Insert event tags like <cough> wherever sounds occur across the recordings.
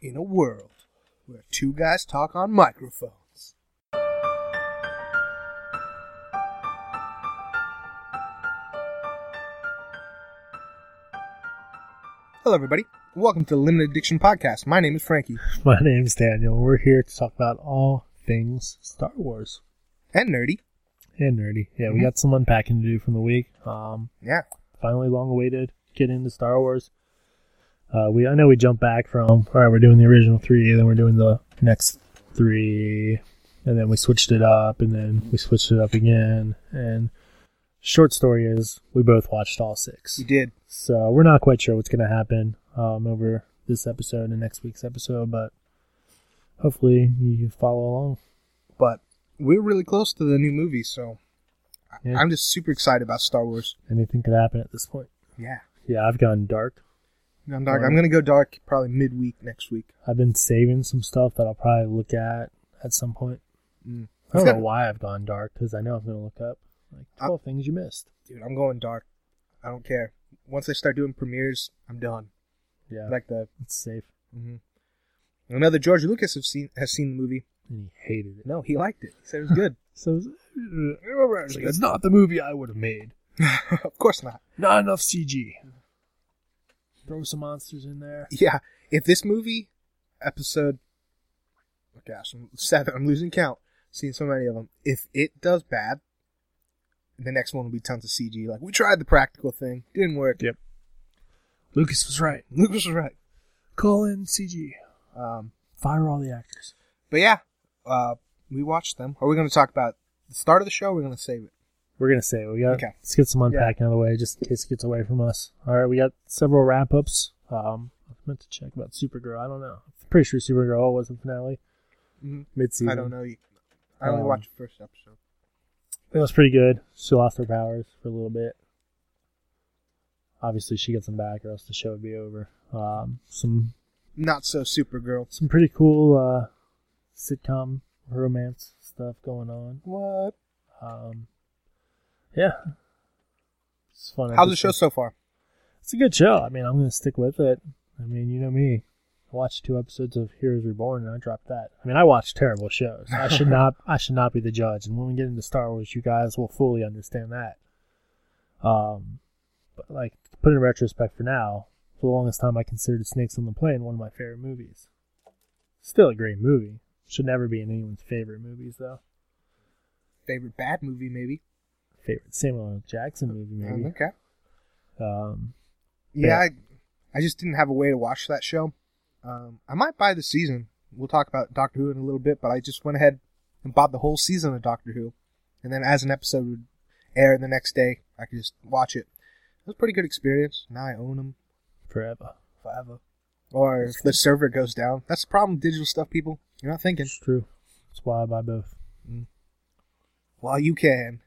in a world where two guys talk on microphones. Hello, everybody. Welcome to the Limited Addiction Podcast. My name is Frankie <laughs> My name's Daniel. We're here to talk about all things Star Wars and Nerdy. and nerdy. Yeah, Mhm. we got some unpacking to do from the week. Um, Yeah, finally, long awaited get into Star Wars. Uh, we I know we jump back from all right. We're doing the original three, then we're doing the next three, and then we switched it up, and then we switched it up again. And short story is we both watched all six. we did. So we're not quite sure what's going to happen um, over this episode and next week's episode, but hopefully you follow along. But we're really close to the new movie, so I- Yeah. I'm just super excited about Star Wars. Anything could happen at this point. Yeah. Yeah, I've gone dark. I'm, dark. Alright. I'm going to go dark probably midweek next week. I've been saving some stuff that I'll probably look at at some point. Mm. I don't know why I've gone dark because I know I'm going to look up like Uh, 12 things you missed. Dude, I'm going dark. I don't care. Once I start doing premieres, I'm done. Yeah, Like the it's safe. mhm. another George Lucas has seen has seen the movie. And he hated it. No, he liked it. He said it was good. <laughs> So it's like, it's not the movie I would have made. of course not. Not enough CG. Throw some monsters in there. Yeah, if this movie episode, oh gosh, I'm seven. I'm losing count. Seen so many of them. If it does bad, the next one will be tons of CG. Like we tried the practical thing, didn't work. <laughs> Yep. Lucas was right. Lucas was right. Call in CG. Um, Fire all the actors. but yeah, uh, we watched them. Are we going to talk about the start of the show? Or we're going to save it. We're gonna say we got. Okay. Let's get some unpacking out of the way, just in case it gets away from us. All right, we got several wrap ups. Um, I meant to check about Supergirl. I don't know. I'm pretty sure Supergirl was the finale Mhm. mid season. I don't know. I only Um, watched the first episode. It was pretty good. She lost her powers for a little bit. Obviously, she gets them back, or else the show would be over. Um, some Not so Supergirl. some pretty cool uh, sitcom romance stuff going on. What? Um, yeah, it's fun. How's the episode. show so far? It's a good show. I mean, I'm going to stick with it. I mean, you know me. I watched two episodes of Heroes Reborn and I dropped that. I mean, I watch terrible shows. I should not. I should not be the judge. And when we get into Star Wars, you guys will fully understand that. Um, but like, to put it in retrospect, for now, for the longest time, I considered Snakes on the Plane one of my favorite movies. Still a great movie. Should never be in anyone's favorite movies though. Favorite bad movie, maybe. Favorite Samuel L. Jackson movie, Um, maybe. okay. Um, Yeah, I, I just didn't have a way to watch that show. Um, I might buy the season. We'll talk about Doctor Who in a little bit, but I just went ahead and bought the whole season of Doctor Who, and then as an episode would air the next day, I could just watch it. It was a pretty good experience. Now I own them forever. forever. Or if the server goes down, that's the problem. with Digital stuff, people. You're not thinking. It's true. That's why I buy both. Well, you can.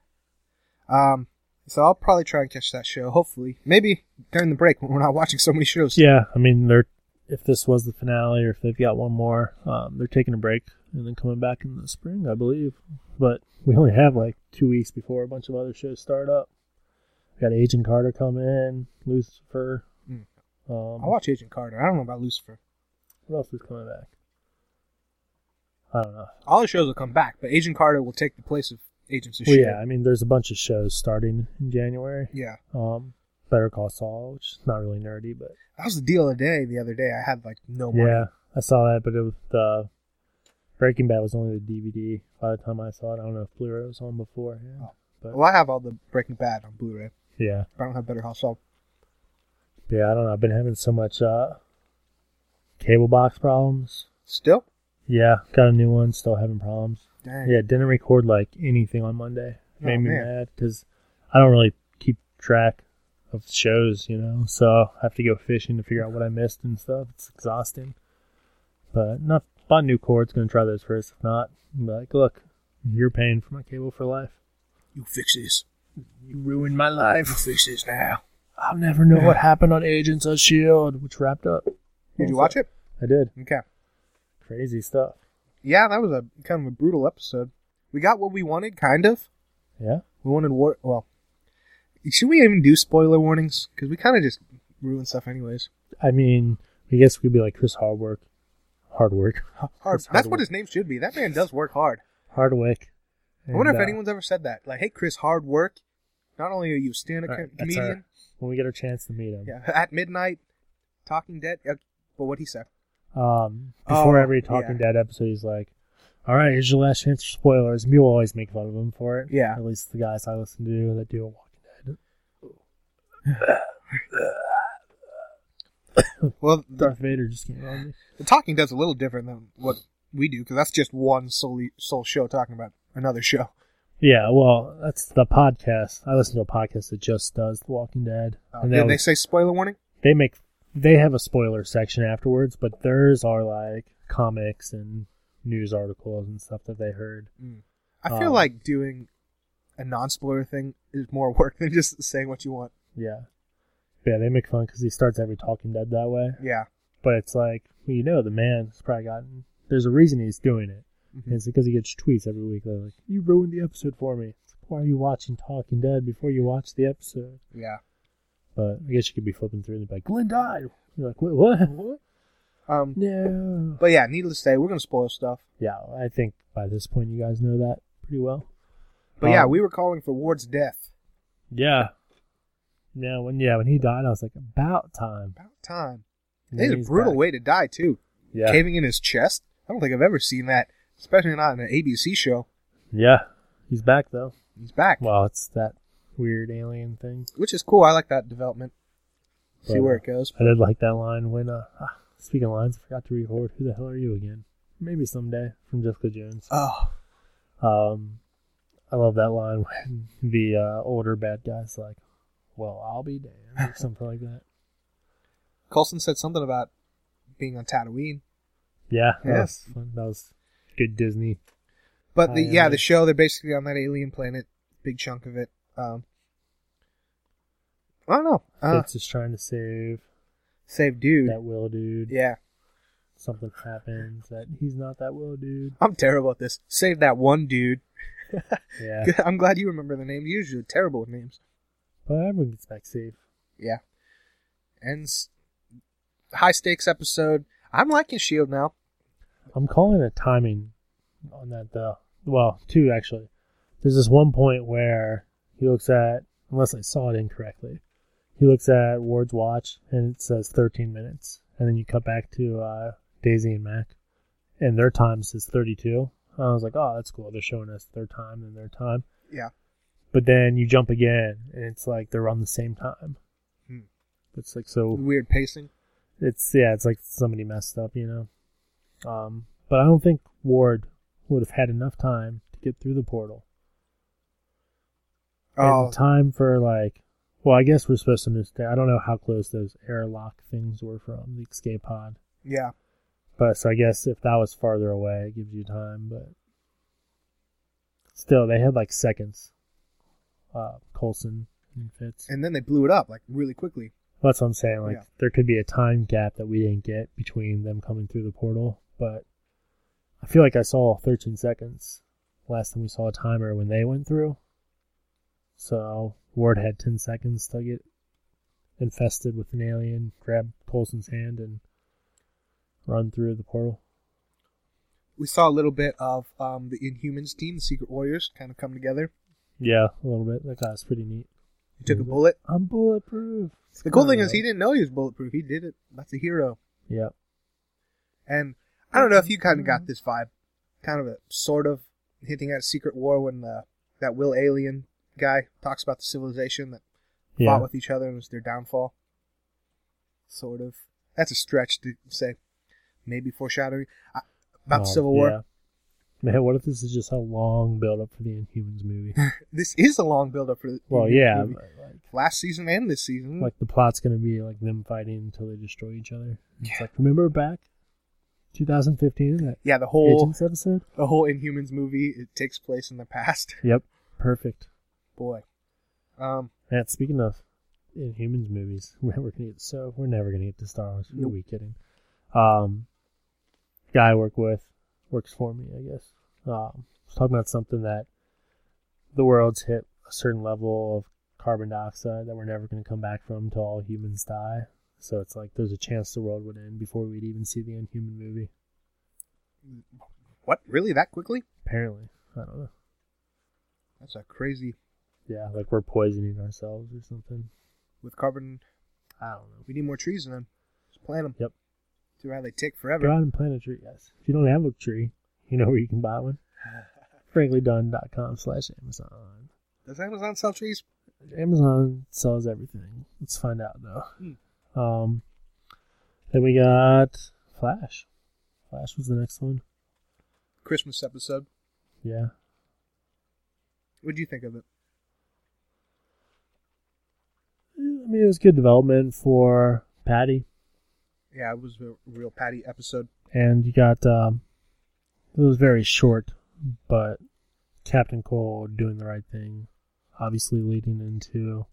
Um, so I'll probably try and catch that show. Hopefully, maybe during the break when we're not watching so many shows. Yeah, I mean, they're if this was the finale or if they've got one more, um, they're taking a break and then coming back in the spring, I believe. But we only have like two weeks before a bunch of other shows start up. We got Agent Carter coming in, Lucifer. Mm. Um, I watch Agent Carter. I don't know about Lucifer. what else is coming back? I don't know. All the shows will come back, but Agent Carter will take the place of Agents of Well, Shield. yeah, I mean, there's a bunch of shows starting in January. E Yeah. Um, Better Call Saul, which is not really nerdy, but That was the deal of the day. The other day, I had like no money. Yeah, I saw that, but it was the Breaking Bad was only the DVD by the time I saw it. I don't know if Blu-ray was on before. Yeah, Oh. but Well, I have all the Breaking Bad on Blu-ray. yeah, But I don't have Better Call Saul. yeah. I don't know. I've been having so much uh, cable box problems. Still, Yeah, got a new one. Still having problems. dang. Yeah, didn't record like anything on Monday. Made Oh, me man. mad because I don't really keep track of shows, you know. So I have to go fishing to figure out what I missed and stuff. It's exhausting. But not bought new cords. Gonna try those first. If not, I'm like, look, you're paying for my cable for life. You fix this. You ruined my You life. fix this now. I'll never <laughs> know what happened on Agents of Shield, E which wrapped up. Did you watch it? I did. Okay. Crazy stuff. Yeah, that was a kind of a brutal episode. We got what we wanted, kind of. Yeah. We wanted war. Well, should we even do spoiler warnings? Because we kind of just ruin stuff anyways. I mean, I guess we could be like Chris Hardwick Hardwick. Hard. It's That's what Hardwick. his name should be. That man does work hard. Hardwick. I wonder And, if uh, anyone's ever said that. Like, hey, Chris, hard work. Not only are you a stand-up all co- right, that's our- comedian, when we get our chance to meet him. yeah, at midnight, Talking Dead. Uh, but what he said. Um, before Oh, every Talking yeah. Dead episode, he's like, "All right, here's your last chance for spoilers." And people always make fun of him for it. Yeah. At least the guys I listen to that do Walking Dead. Well, the, Darth Vader just came on me. the Talking Dead's a little different than what we do because that's just one solely sole show talking about another show. Yeah, well, that's the podcast. I listen to a podcast that just does The Walking Dead, Uh, and did they they say spoiler warning? they make they have a spoiler section afterwards, but theirs are like comics and news articles and stuff that they heard. I feel Um, like doing a non-spoiler thing is more <laughs> work than just saying what you want. Yeah, yeah, they make fun because he starts every Talking Dead that way. Yeah. But it's like, well, you know, the man's probably gotten. There's a reason he's doing it. And Mhm. it's because he gets tweets every week. They're like, "You ruined the episode for me." It's like, Why are you watching Talking Dead before you watch the episode? Yeah. But I guess you could be flipping through and be like, "Glenn died." You're like, "What? What? Um. No." But yeah, needless to say, we're gonna spoil stuff. Yeah, I think by this point you guys know that pretty well. But yeah, Um, we were calling for Ward's death. Yeah. Yeah, when yeah when he died, I was like, "About time." About time. And It's then a he's brutal back. way to die too. Yeah. Caving in his chest. I don't think I've ever seen that, especially not in an ABC show. Yeah, he's back though. He's back, Well, it's that weird alien thing. which is cool. I like that development. See But, where uh, it goes. I did like that line when, uh, ah, speaking of lines, I forgot to record. Who the hell are you again? Maybe someday from Jessica Jones. Oh, Um, I love that line <laughs> when the uh, older bad guy's like, "Well, I'll be damned," or something like that. Coulson said something about being on Tatooine. Yeah, that Yes. was fun. That was good Disney. But the I, uh, yeah, the show they're basically on that alien planet. Big chunk of it. Um, I don't know. Uh, Fitz is trying to save save dude. that Will dude. Yeah, Something happens that he's not that Will <laughs> dude. I'm terrible at this. Save that one dude. Yeah, <laughs> I'm glad you remember the name. You're usually terrible with names. but everyone gets back safe. Yeah. And s- high stakes episode. I'm liking Shield E now. I'm calling it timing on that though. Well, two actually. There's this one point where he looks at, unless I saw it incorrectly, he looks at Ward's watch and it says 13 minutes, and then you cut back to uh, Daisy and Mac, and their time says 32. I was like, oh, that's cool. They're showing us their time and their time. Yeah. But then you jump again, and it's like they're on the same time. Hmm. It's like so Weird pacing. it's yeah, it's like somebody messed up, you know. Um, but I don't think Ward would have had enough time to get through the portal. Oh, And time for like, well, I guess we're supposed to understand. I don't know how close those airlock things were from the escape pod, yeah. but so I guess if that was farther away, it gives you time. But still, they had like seconds. Uh, Colson and Fitz. And then they blew it up like really quickly. That's what I'm saying. Like Yeah. there could be a time gap that we didn't get between them coming through the portal, but I feel like I saw 13 seconds last time we saw a timer when they went through. So Ward had 10 seconds to get infested with an alien, grab Colson's hand, and run through the portal. We saw a little bit of um, the Inhumans team, the Secret Warriors, kind of come together. Yeah, a little bit. That guy was pretty neat. He took a Mhm. bullet. I'm bulletproof. The Oh, cool thing is he didn't know he was bulletproof. He did it. That's a hero. Yep. And I don't know if you kind of got this vibe, kind of a sort of hinting at Secret War when the, that Will Alien guy talks about the civilization that Yeah. fought with each other and was their downfall. Sort of. That's a stretch to say. Maybe foreshadowing I, about the Oh, Civil War. yeah. <laughs> Man, what if this is just a long build up for the <laughs> Inhumans movie? This is a long build up for the Well, movie. yeah, but, like, Last season and this season. like the plot's gonna be like them fighting until they destroy each other. It's like remember back, 2015, that yeah, the whole Agents episode. the whole Inhumans movie it takes place in the past. <laughs> Yep, perfect. Boy. Um Man, speaking of Inhumans movies, <laughs> we're never gonna get so we're never gonna get to Star Wars. Who Nope. Are we kidding? Um, guy I work with works for me, I guess. Um, was talking about something that the world's hit a certain level of carbon dioxide that we're never gonna come back from until all humans die. So it's like there's a chance the world would end before we'd even see the Inhuman movie. What? Really? That quickly? Apparently, I don't know. That's a crazy. Yeah, like we're poisoning ourselves or something. With carbon, I don't know. we need more trees then. Just plant them. Yep. See how they take forever. Go out and plant a tree, guys. If you don't have a tree, you know where you can buy one. FranklyDunn.com slash Amazon. Does Amazon sell trees? Amazon sells everything. Let's find out though. Hmm. Um, then we got Flash. Flash was the next one. Christmas episode. Yeah. What would you think of it? I mean, it was good development for Patty, Yeah, it was a real Patty episode. and you got um, it was very short, but Captain Cole doing the right thing, obviously leading into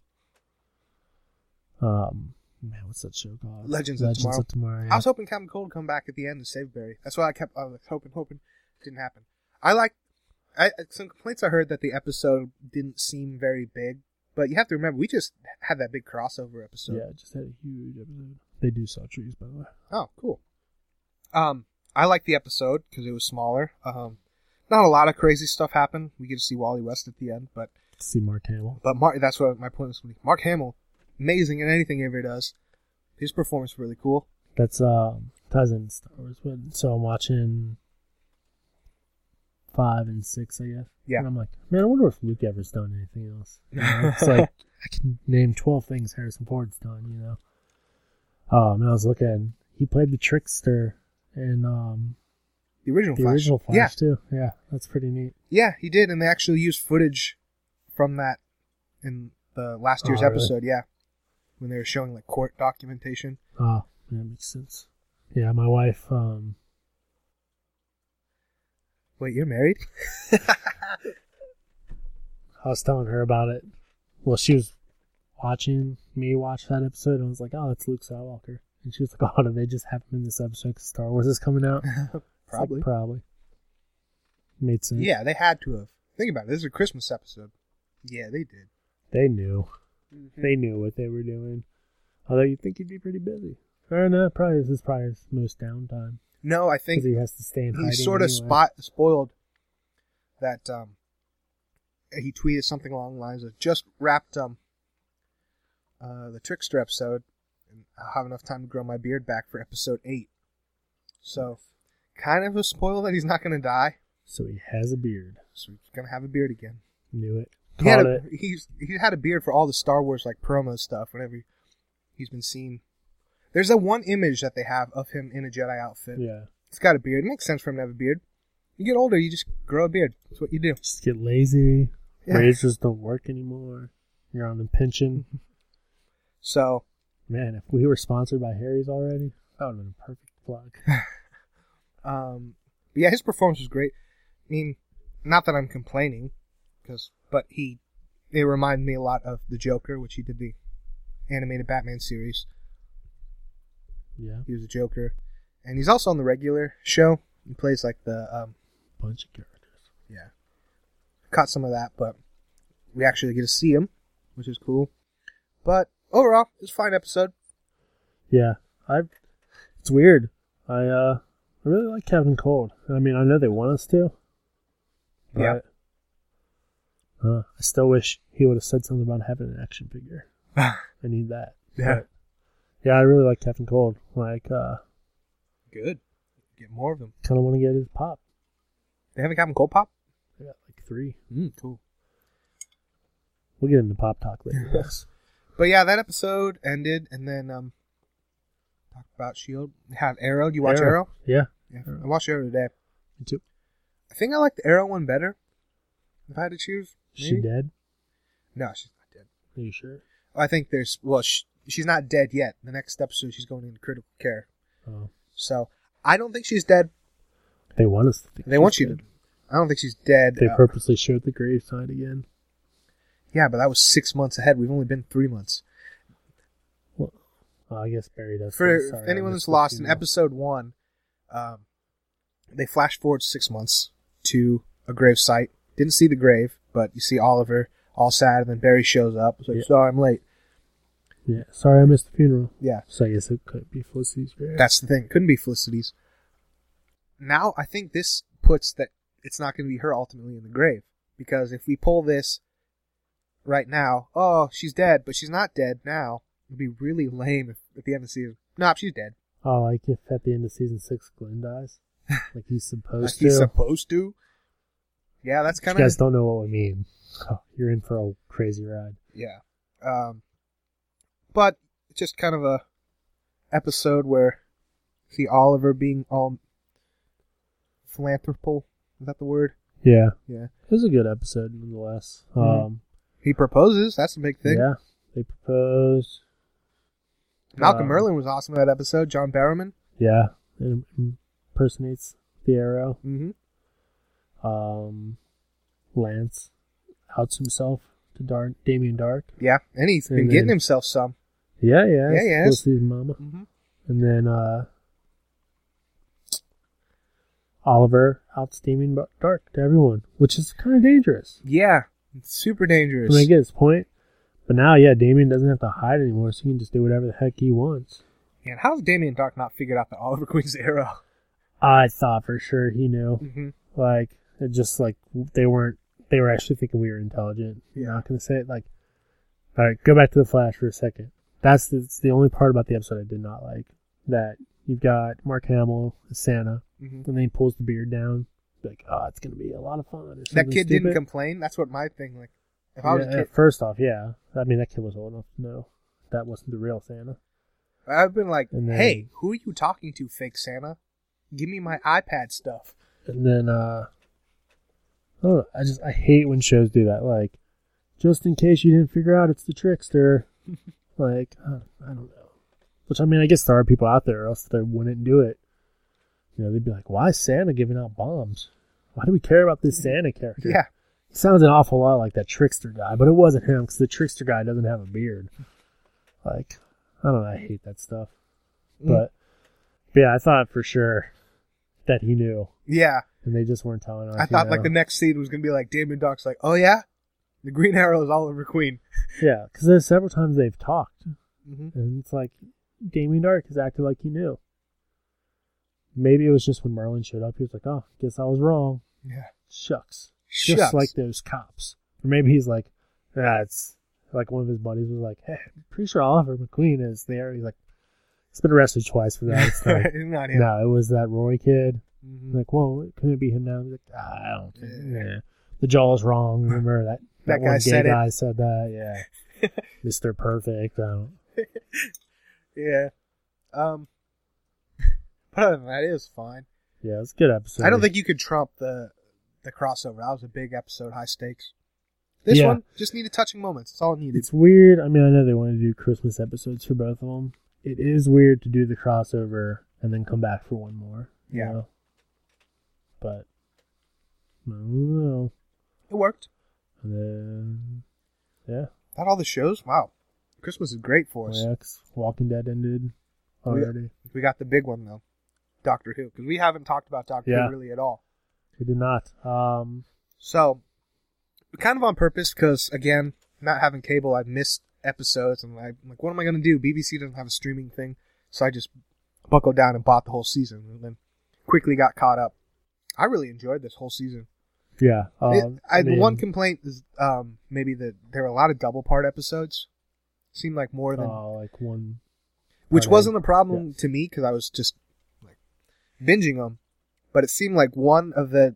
um, man, what's that show called? Legends of Tomorrow. yeah. I was hoping Captain Cold would come back at the end and save Barry. That's why I kept I was hoping, hoping. Didn't happen. I like I, some complaints I heard that the episode didn't seem very big, but you have to remember we just had that big crossover episode. yeah, just had a huge episode. They do sell trees, by the way. Oh, cool. Um, I liked the episode because it was smaller. Um, not a lot of crazy stuff happened. We get to see Wally West at the end, but See Mark Hamill. but Mark. That's what my point was. gonna be. Mark Hamill, amazing in anything he ever does. His performance was really cool. That's um ties in Star Wars, but so I'm watching five and six, I guess. Yeah. And I'm like, man, I wonder if Luke ever's done anything <laughs> else. You know, it's like I can name twelve things Harrison Ford's done, you know. Um, and I was looking, he played the trickster in um The original the Flash. original Flash Yeah, too. Yeah, that's pretty neat. yeah, he did, and they actually used footage from that in the last year's Oh, really? episode. Yeah, when they were showing like court documentation. Ah, yeah, makes sense. Yeah, my wife, um, Wait, you're married? <laughs> I was telling her about it. Well, she was watching me watch that episode, and I was like, "Oh, that's Luke Skywalker." And she was like, <laughs> "Oh, do they just have him in this episode 'cause Star Wars is coming out?" It's like, Probably. probably. Made sense. Yeah, they had to have. Think about it. This is a Christmas episode. Yeah, they did. they knew. Mm-hmm. They knew what they were doing. Although you'd think he'd be pretty busy. Fair enough. Probably this is probably his most downtime No, I because think he has to stay in hiding. he sort of anyway. spot spoiled that. Um, he tweeted something along the lines of just wrapped um uh the trickster episode, and I'll have enough time to grow my beard back for episode eight. So, kind of a spoil that he's not going to die. So he has a beard. So he's gonna have a beard again. Knew it. He had Caught a, it. he's he had a beard for all the Star Wars like promo stuff. Whenever he- he's been seen, there's that one image that they have of him in a Jedi outfit. Yeah. He's got a beard. It makes sense for him to have a beard. You get older, you just grow a beard. That's what you do. Just get lazy. Yeah. Razors don't work anymore. You're on a pension. So Man, if we were sponsored by Harry's already, that would have been a perfect plug. Um, but yeah, his performance was great. I mean, not that I'm complaining, because but he, it reminded me a lot of the Joker, which he did the animated Batman series. Yeah, He was a Joker, and he's also on the regular show. He plays like the um, bunch of characters. yeah, caught some of that, but we actually get to see him, which is cool. But overall, it's a fine episode. Yeah, I. It's weird. I uh, I really like Captain Cold. I mean, I know they want us to. but, Yeah. Uh, I still wish he would have said something about having an action figure. I need that. Yeah. But, yeah, I really like Captain Cold. Like, uh, Good. Get more of them. kind of want to get his pop. They haven't gotten Cold Pop. I got like three. Mm, cool. We'll get into pop talk later. guys. But yeah, that episode ended, and then um, talk about Shield. Have Arrow. Do <laughs> you watch Arrow? Yeah. Yeah, I watched Arrow today. Me too. I think I like the Arrow one better. If I had to choose, She maybe? dead? No, she's not dead. Are you sure? I think there's well, sh she's not dead yet. The next episode, she's going into critical care. Oh. So I don't think she's dead. They want us to think They she's want you dead. to. I don't think she's dead. They Uh, purposely showed the grave sign again. yeah, but that was six months ahead. We've only been three months. Well, I guess Barry does. For say, sorry, I anyone that's missed the lost in funeral. episode one, um, they flash forward six months to a grave site. Didn't see the grave, but you see Oliver all sad, and then Barry shows up. It's like, Yeah. sorry, I'm late. Yeah, sorry, I missed the funeral. Yeah, So I guess it could be Felicity's grave. that's the thing. Couldn't be Felicity's. now I think this puts that it's not going to be her ultimately in the grave because if we pull this right now, oh, she's dead, but she's not dead now. It'd be really lame if at the end of the season, no, she's dead. Oh, like if at the end of season six <laughs> Glenn dies, like he's supposed Like he's to. supposed to. Yeah, that's you kind of guys don't know what we mean. Oh, you're in for a crazy ride. yeah. Um, but it's just kind of a episode where see Oliver being all philanthropal. Is that the word? Yeah, Yeah. it was a good episode nonetheless. Mhm. Um, He proposes. That's the big thing. yeah, they proposed. Malcolm Um, Merlin was awesome in that episode. John Barrowman. Yeah, it impersonates the arrow. Mm-hmm. Um, Lance outs himself to Dar- Damien Dark. Yeah, and he's been And getting then- himself some. Yeah, yeah, Yeah, yes. goes to his mama. Mm-hmm. And then uh, Oliver outs Damien Bar- Dark to everyone, which is kind of dangerous Yeah, it's super dangerous. when they get his point. But now, yeah, Damien doesn't have to hide anymore, so he can just do whatever the heck he wants. and how's Damien Dark not figured out the Oliver Queen's arrow? I thought for sure he knew. Mm-hmm. Like, it just like they weren't, they were actually thinking we were intelligent. Yeah. I'm not going to say it. Like, all right, go back to the Flash for a second. That's the, it's the only part about the episode I did not like. That you've got Mark Hamill as Santa. Mm-hmm. and then he pulls the beard down. Like, oh, it's gonna be a lot of fun. or That something kid didn't stupid." complain. That's what my thing. Like, if I was Yeah, a kid, First off, yeah, I mean that kid was old enough to know that wasn't the real Santa. I've been like, And then- "Hey, who are you talking to, fake Santa? Give me my iPad stuff." <laughs> And then, uh, I don't know. I just I hate when shows do that. Like, just in case you didn't figure out, it's <laughs> the trickster. like, uh, I don't know. Which I mean, I guess there are people out there, or else they wouldn't do it. You know, they'd be like, "Why is Santa giving out bombs? Why do we care about this Santa character?" Yeah, sounds an awful lot like that trickster guy, but it wasn't him because the trickster guy doesn't have a beard. Like, I don't know. I hate that stuff. Mm. But, but yeah, I thought for sure that he knew, yeah. and they just weren't telling us. I you thought like know? the next scene was gonna be like Damien Dark's like, "Oh yeah, the Green Arrow is Oliver Queen." yeah, because there's several times they've talked, Mm-hmm. and it's like Damien Dark has acted like he knew. Maybe it was just when Merlin showed up, he was like, "Oh, guess I was wrong." Yeah, Shucks. Shucks. just like those cops. Or maybe he's like, yeah, it's like one of his buddies was like, hey, I'm pretty sure Oliver McQueen is there. He's like, he's been arrested twice <laughs> for that. It's like, not him. no, it was that Roy kid. Mhm. He's like, whoa, could it be him now? He's like, "Ah, I don't think. Yeah. The <laughs> jaw's wrong. Remember that? That guy one said it. gay guy said that. <laughs> Yeah. Mr. Perfect. I don't. Yeah. Um. But other than that, it was fine. Yeah, it's a good episode. I don't think you could trump the the crossover. That was a big episode, high stakes. This Yeah. one just needed touching moments. That's all it needed. It's weird. I mean, I know they want to do Christmas episodes for both of them. It is weird to do the crossover and then come back for one more. you Yeah. know? But I don't know. It worked. And then yeah, Not all the shows. Wow, Christmas is great for us. my ex Walking Dead ended We- already. We got the big one though, Doctor Who, because we haven't talked about Doctor Yeah. Who really at all. We did not. Um, So, kind of on purpose, because again, not having cable, I've missed episodes, and I'm like, what am I going to do? BBC doesn't have a streaming thing, so I just buckled down and bought the whole season, and then quickly got caught up. I really enjoyed this whole season. yeah. Um, It- I, the mean, one complaint is um, maybe that there were a lot of double part episodes. Seemed like more than, uh, like one. which I mean, wasn't a problem to me because I was just like binging them. But it seemed like one of the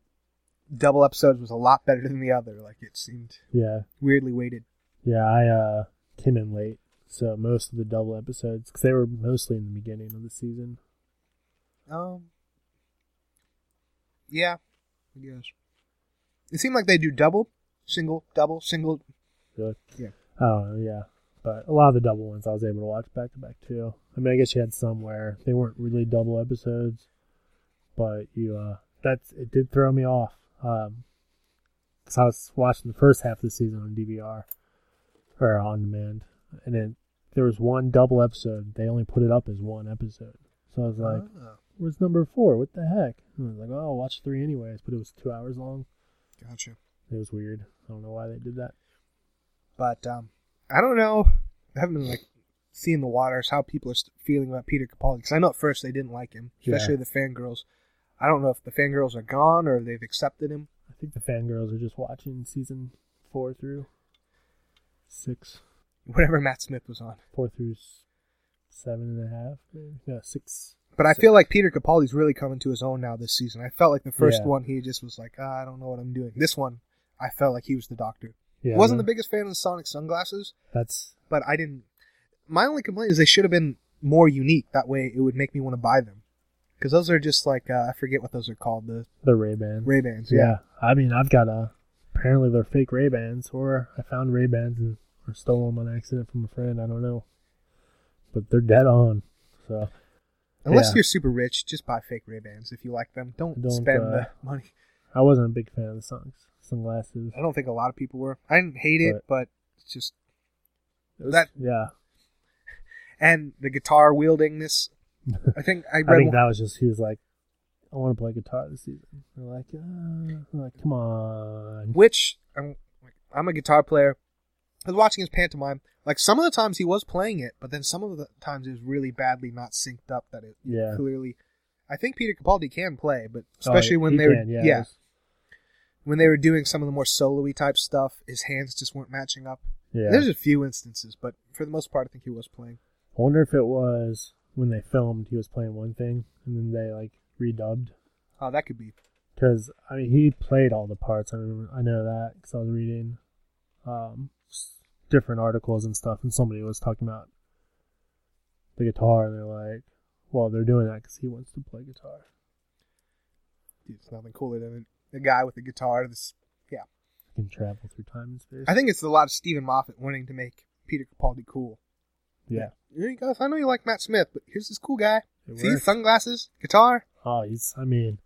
double episodes was a lot better than the other. Like it seemed Yeah, weirdly weighted. yeah. I uh came in late, so most of the double episodes because they were mostly in the beginning of the season. Um, yeah, I guess it seemed like they do double, single, double, single. Really? Yeah. Oh yeah, but a lot of the double ones I was able to watch back to back too. I mean, I guess you had some where they weren't really double episodes, but you uh, that's it did throw me off. Um, because I was watching the first half of the season on DVR or on demand, and then there was one double episode. They only put it up as one episode, so I was like, Oh, "Where's number four? What the heck?" And I was like, "Oh, I'll watch three anyways," but it was two hours long. gotcha. It was weird. I don't know why they did that. But um, I don't know. I haven't been like seeing the waters how people are st- feeling about Peter Capaldi because I know at first they didn't like him, especially the fangirls. I don't know if the fangirls are gone or they've accepted him. I think the fangirls are just watching season four through six, Whatever <laughs> Matt Smith was on. four through s- seven and a half, maybe? No, six. But I six. feel like Peter Capaldi's really coming to his own now this season. I felt like the first Yeah. one he just was like, ah, I don't know what I'm doing. This one, I felt like he was the doctor. yeah, Wasn't no, the biggest fan of the Sonic sunglasses, That's but I didn't. My only complaint is they should have been more unique. That way, it would make me want to buy them. Because those are just like uh, I forget what those are called, the the Ray Ban. Ray Bans. Yeah. Yeah. I mean, I've got a. Apparently, they're fake Ray Bans, or I found Ray Bans and or stole them on accident from a friend. I don't know, but they're dead on. So Unless Yeah. you're super rich, just buy fake Ray Bans if you like them. Don't, Don't, spend uh, the money. I wasn't a big fan of the songs, sunglasses. I don't think a lot of people were. I didn't hate it, but it's just that Yeah, and the guitar wieldingness. <laughs> I think I I read. think one- that was just he was like, I want to play guitar this season. They're like, uh, I'm like come on. which I'm, I'm a guitar player. I was watching his pantomime. Like some of the times he was playing it, but then some of the times it was really badly not synced up. That it Yeah. clearly. I think Peter Capaldi can play, but Oh, especially when he they were can, yeah, it was- when they were doing some of the more solo-y type stuff, his hands just weren't matching up. yeah. There's a few instances, but for the most part, I think he was playing. I wonder if it was when they filmed he was playing one thing and then they like redubbed Oh, that could be. because I mean he played all the parts. I remember I know that because I was reading um, s- different articles and stuff, and somebody was talking about the guitar, and they're like, "Well, they're doing that because he wants to play guitar." Dude, it's nothing cooler than a, a guy with a guitar. This, yeah. He can travel through time and space. I think it's a lot of Stephen Moffat wanting to make Peter Capaldi cool. yeah, Here you go. I know you like Matt Smith, but here's this cool guy. it See, worked. sunglasses, guitar. Oh, he's. I mean,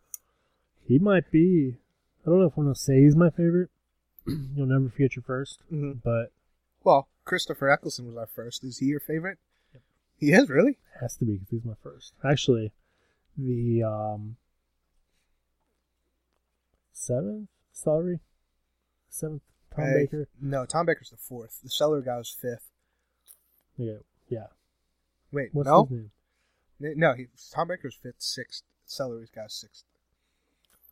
he might be. I don't know if I'm gonna say he's my favorite. <clears throat> You'll never forget your first, Mhm. but Well, Christopher Eccleston was our first. Is he your favorite? He is really. Has to be because he's my first. Actually, the um seventh salary, seventh Tom Uh, Baker. No, Tom Baker's the fourth. The cellar guy was fifth. Yeah, yeah. Wait, What's no, his name? N- no, he, Tom Baker's fifth, sixth. Celery's guy's sixth.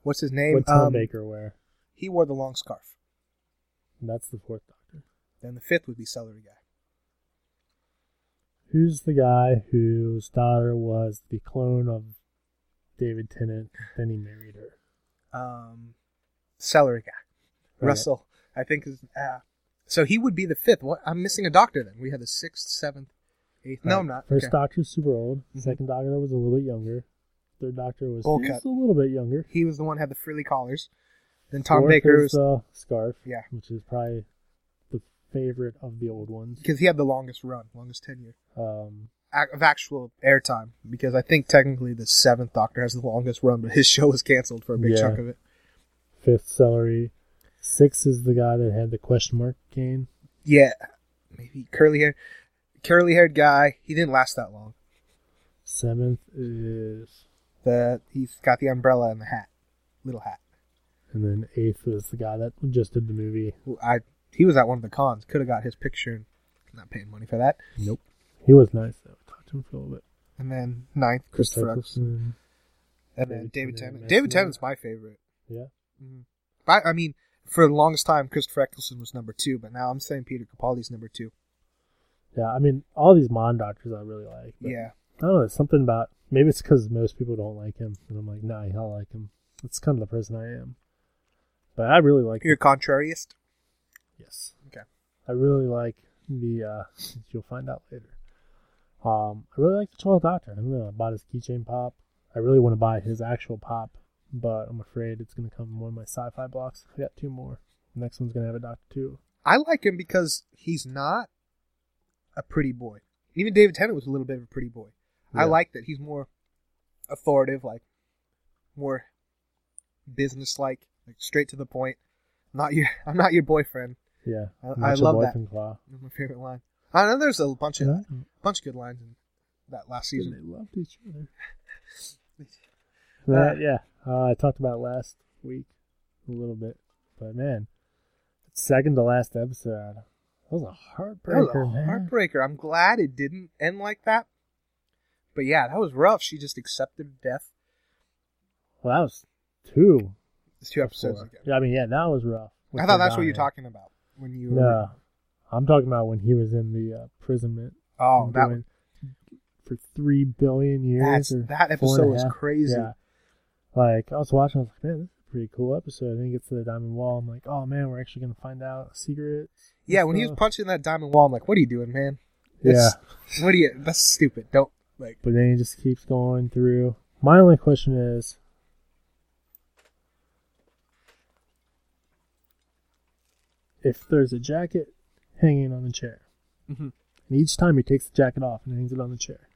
What's his name? What Tom Um, Baker wear? He wore the long scarf. That's the fourth Doctor. Then the fifth would be celery guy. Who's the guy whose daughter was the clone of David Tennant? Then he married her. um, celery guy, Right. Russell. I think is uh, so he would be the fifth. What I'm missing a doctor. Then we had the sixth, seventh, eighth. No, I'm not. Uh, First Okay. Doctor's super old. Mhm. Second Doctor was a little bit younger. Third Doctor was Bowl just cut. a little bit younger. He was the one who had the frilly collars. Then Tom Fourth Baker is was the scarf. Yeah. which is probably the favorite of the old ones. because he had the longest run, longest tenure Um, ac- of actual airtime. Because I think technically the seventh Doctor has the longest run, but his <laughs> show was canceled for a big Yeah. chunk of it. fifth celery. Six is the guy that had the question mark cane. Yeah, maybe curly hair, curly haired guy. He didn't last that long. Seventh is, The he's got the umbrella and the hat, little hat. and then eighth is the guy that just did the movie. who I he was at one of the cons. Could have got his picture. and Not paying money for that. Nope. He was nice though. Talked to him for a little bit. And then ninth, Christopher Eccleston. Eccleston. And then David David Tennant, Tennant. Matt David Smith. Tennant's my favorite. Yeah. Mhm. But I mean, for the longest time, Christopher Eccleston was number two, but now I'm saying Peter Capaldi's number two. Yeah, I mean, all these Mon doctors I really like. but Yeah. I don't know, there's something about, maybe it's because most people don't like him. And I'm like, nah, I like him. That's kind of the person I am. But I really like You're a contrariest. Yes. Okay. I really like the uh <laughs> as you'll find out later. Um I really like the Twelfth Doctor. I don't know, I bought his keychain pop. I really want to buy his actual pop, but I'm afraid it's gonna come in one of my sci fi blocks. I got two more. The next one's gonna have a doctor too. I like him because he's not a pretty boy. Even David Tennant was a little bit of a pretty boy. I Yeah. like that he's more authoritative, like more business-like, like straight to the point. Not your, <laughs> I'm not your boyfriend. Yeah. I- Match I a love boy that. from Claw. That's my favorite line. I know there's a bunch of And I- bunch of good lines in that last and season. they loved each other. Uh, That, yeah. Uh, I talked about it last week a little bit. But man, second to last episode. That was a That was heartbreaker, a man. heartbreaker. I'm glad it didn't end like that. But yeah, that was rough. She just accepted death. Well, that was two. It's two episodes before. ago. Yeah, I mean, yeah, that was rough. I thought that's what Madonna. you're talking about when you. No, I'm talking about when he was in the uh, imprisonment. Oh, and that doing- for three billion years. that's, or that four and episode a was half. crazy. Yeah. Like I was watching, I was like, man, this is a pretty cool episode. And then he gets to the diamond wall. I'm like, oh man, we're actually gonna find out a secret. Yeah, when he uh, was punching that diamond wall, I'm like, "What are you doing, man? That's- What are you? That's stupid. Don't like." But then he just keeps going through. My only question is if there's a jacket hanging on the chair, Mm-hmm. Mhm. and each time he takes the jacket off and hangs it on the chair,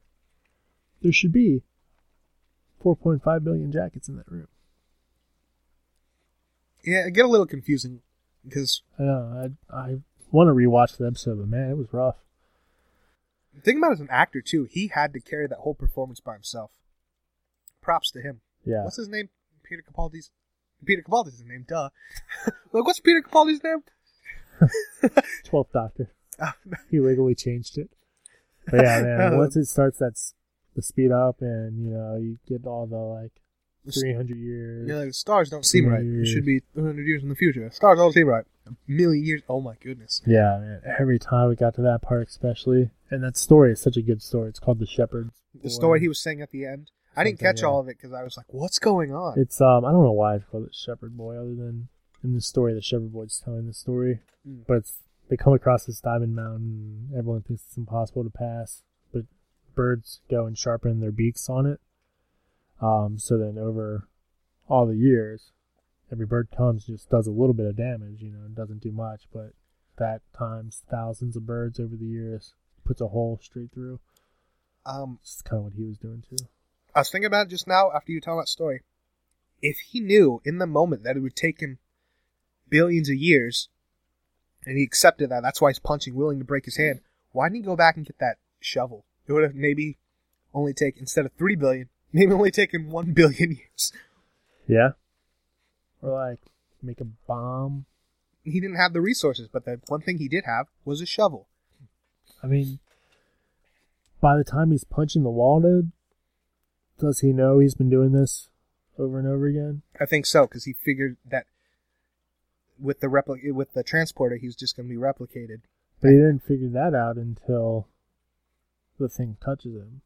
there should be 4.5 billion jackets in that room. Yeah, it get a little confusing because I know, I, I want to rewatch the episode, but man, it was rough. think about it as an actor too. He had to carry that whole performance by himself. Props to him. Yeah. What's his name? Peter Capaldi's. Peter Capaldi's name. Duh. <laughs> like, what's Peter Capaldi's name? 12th Doctor. Oh, he legally changed it. <laughs> But yeah, No. man, once it starts that's the speed up and you know, you get all the like three hundred <laughs> years. You're like, the stars don't seem right. It should be 100 years in the future. The stars don't seem right. A million years. Oh my goodness. Yeah, man. Every time we got to that part especially. And that story is such a good story. It's called The Shepherds. The story he was saying at the end. I didn't Something, catch yeah. all of it because I was like, what's going on? It's um I don't know why it's called it Shepherd Boy other than in the story the Shepherd Boy's telling the story. Mm. But it's, they come across this diamond mountain everyone thinks it's impossible to pass, but birds go and sharpen their beaks on it. Um so then over all the years every bird comes just does a little bit of damage, you know, it doesn't do much, but that times thousands of birds over the years puts a hole straight through. Um, It's kind of what he was doing too. I was thinking about it just now after you tell that story. If he knew in the moment that it would take him billions of years, and he accepted that, that's why he's punching, willing to break his hand. Why didn't he go back and get that shovel? It would have maybe only taken instead of three billion, <laughs> maybe only taken one billion years. Yeah. Or like make a bomb. He didn't have the resources, but the one thing he did have was a shovel. I mean, by the time he's punching the wall, dude, does he know he's been doing this over and over again? I think so because he figured that with the repli- with the transporter, he was just going to be replicated. But he didn't figure that out until the thing touches him.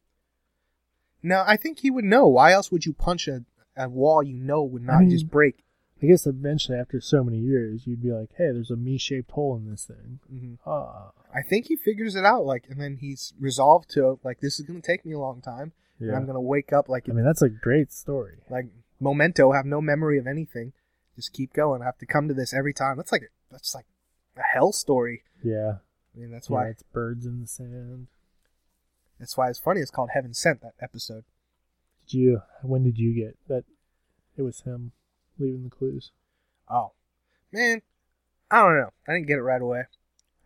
No, I think he would know. Why else would you punch a, a wall you know would not I mean- just break? I guess eventually, after so many years, you'd be like, "Hey, there's a me-shaped hole in this thing." Mhm. Ah, I think he figures it out, like, and then he's resolved to like this is going to take me a long time, and yeah. I'm going to wake up like I mean, that's a great story. like memento, have no memory of anything, just keep going. I have to come to this every time. That's like a, that's like a hell story. Yeah, I mean, that's yeah, why it's birds in the sand. that's why it's funny. It's called Heaven Sent that episode. Did you? When did you get that? It was him leaving the clues. <laughs> Oh, man. I don't know. I didn't get it right away.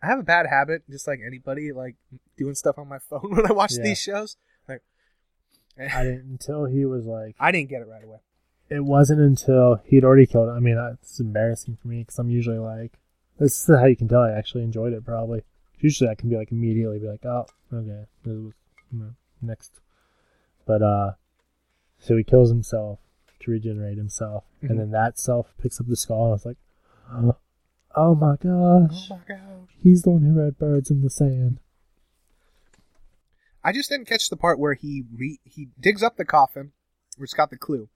I have a bad habit, just like anybody, like doing stuff on my phone <laughs> when I watch Yeah. these shows. Like, eh, I didn't until he was like. I didn't get it right away. it wasn't until he'd already killed. I mean, it's embarrassing for me because I'm usually like, this is how you can tell I actually enjoyed it. Probably usually I can be like immediately be like, oh, okay, this was you know, next. But uh, so he kills himself to regenerate himself, Mhm. and then that self picks up the skull. And I was like, <gasps> oh my gosh, my god! he's the one who read birds in the sand. I just didn't catch the part where he re- he digs up the coffin, where it's got the clue,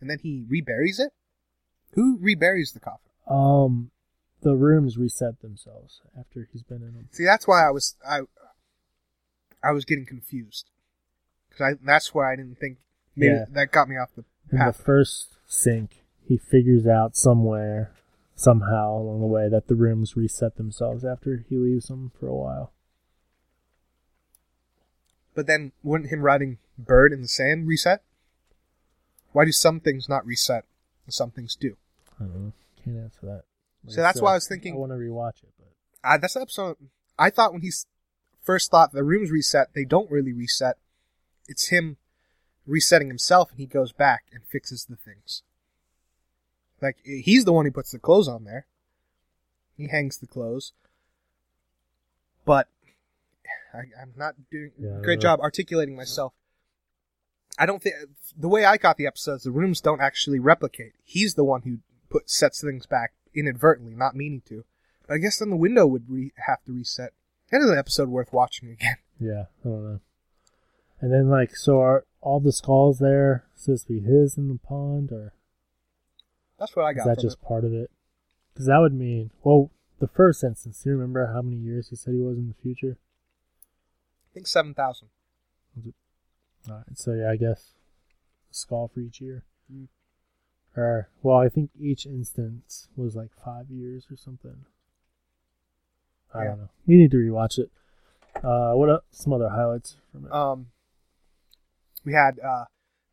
and then he reburies it. Who reburies the coffin? Um, the rooms reset themselves after he's been in them. See, that's why I was I I was getting confused because I that's where I didn't think. Maybe Yeah. that got me off the In the path. first sink, he figures out somewhere, somehow along the way, that the rooms reset themselves after he leaves them for a while. But then, wouldn't him riding bird in the sand reset? Why do some things not reset and some things do? I don't know. Can't answer that. So Uh-huh. that's why I was thinking- I want to rewatch it, but I, Uh, that's the episode. I thought when he s- first thought the rooms reset, they don't really reset. It's him resetting himself, and he goes back and fixes the things. Like i- he's the one who puts the clothes on there. He hangs the clothes, but I, I'm not doing Yeah, I great don't know. job articulating myself. I don't think the way I got the episodes, the rooms don't actually replicate. He's the one who put sets things back inadvertently, not meaning to. But I guess then the window would re- have to reset. That is an episode worth watching again. <laughs> Yeah, I don't know. And then like, so are all the skulls there supposed to be his in the pond, or That's what I is got. that from just it. part of it? Because that would mean, well, the first instance. Do you remember how many years he said he was in the future? I think seven thousand. All right, so yeah, I guess a skull for each year. Mm. Or well, I think each instance was like five years or something. I Yeah. don't know. We need to rewatch it. Uh, what else? Some other highlights from it. Um, we had uh,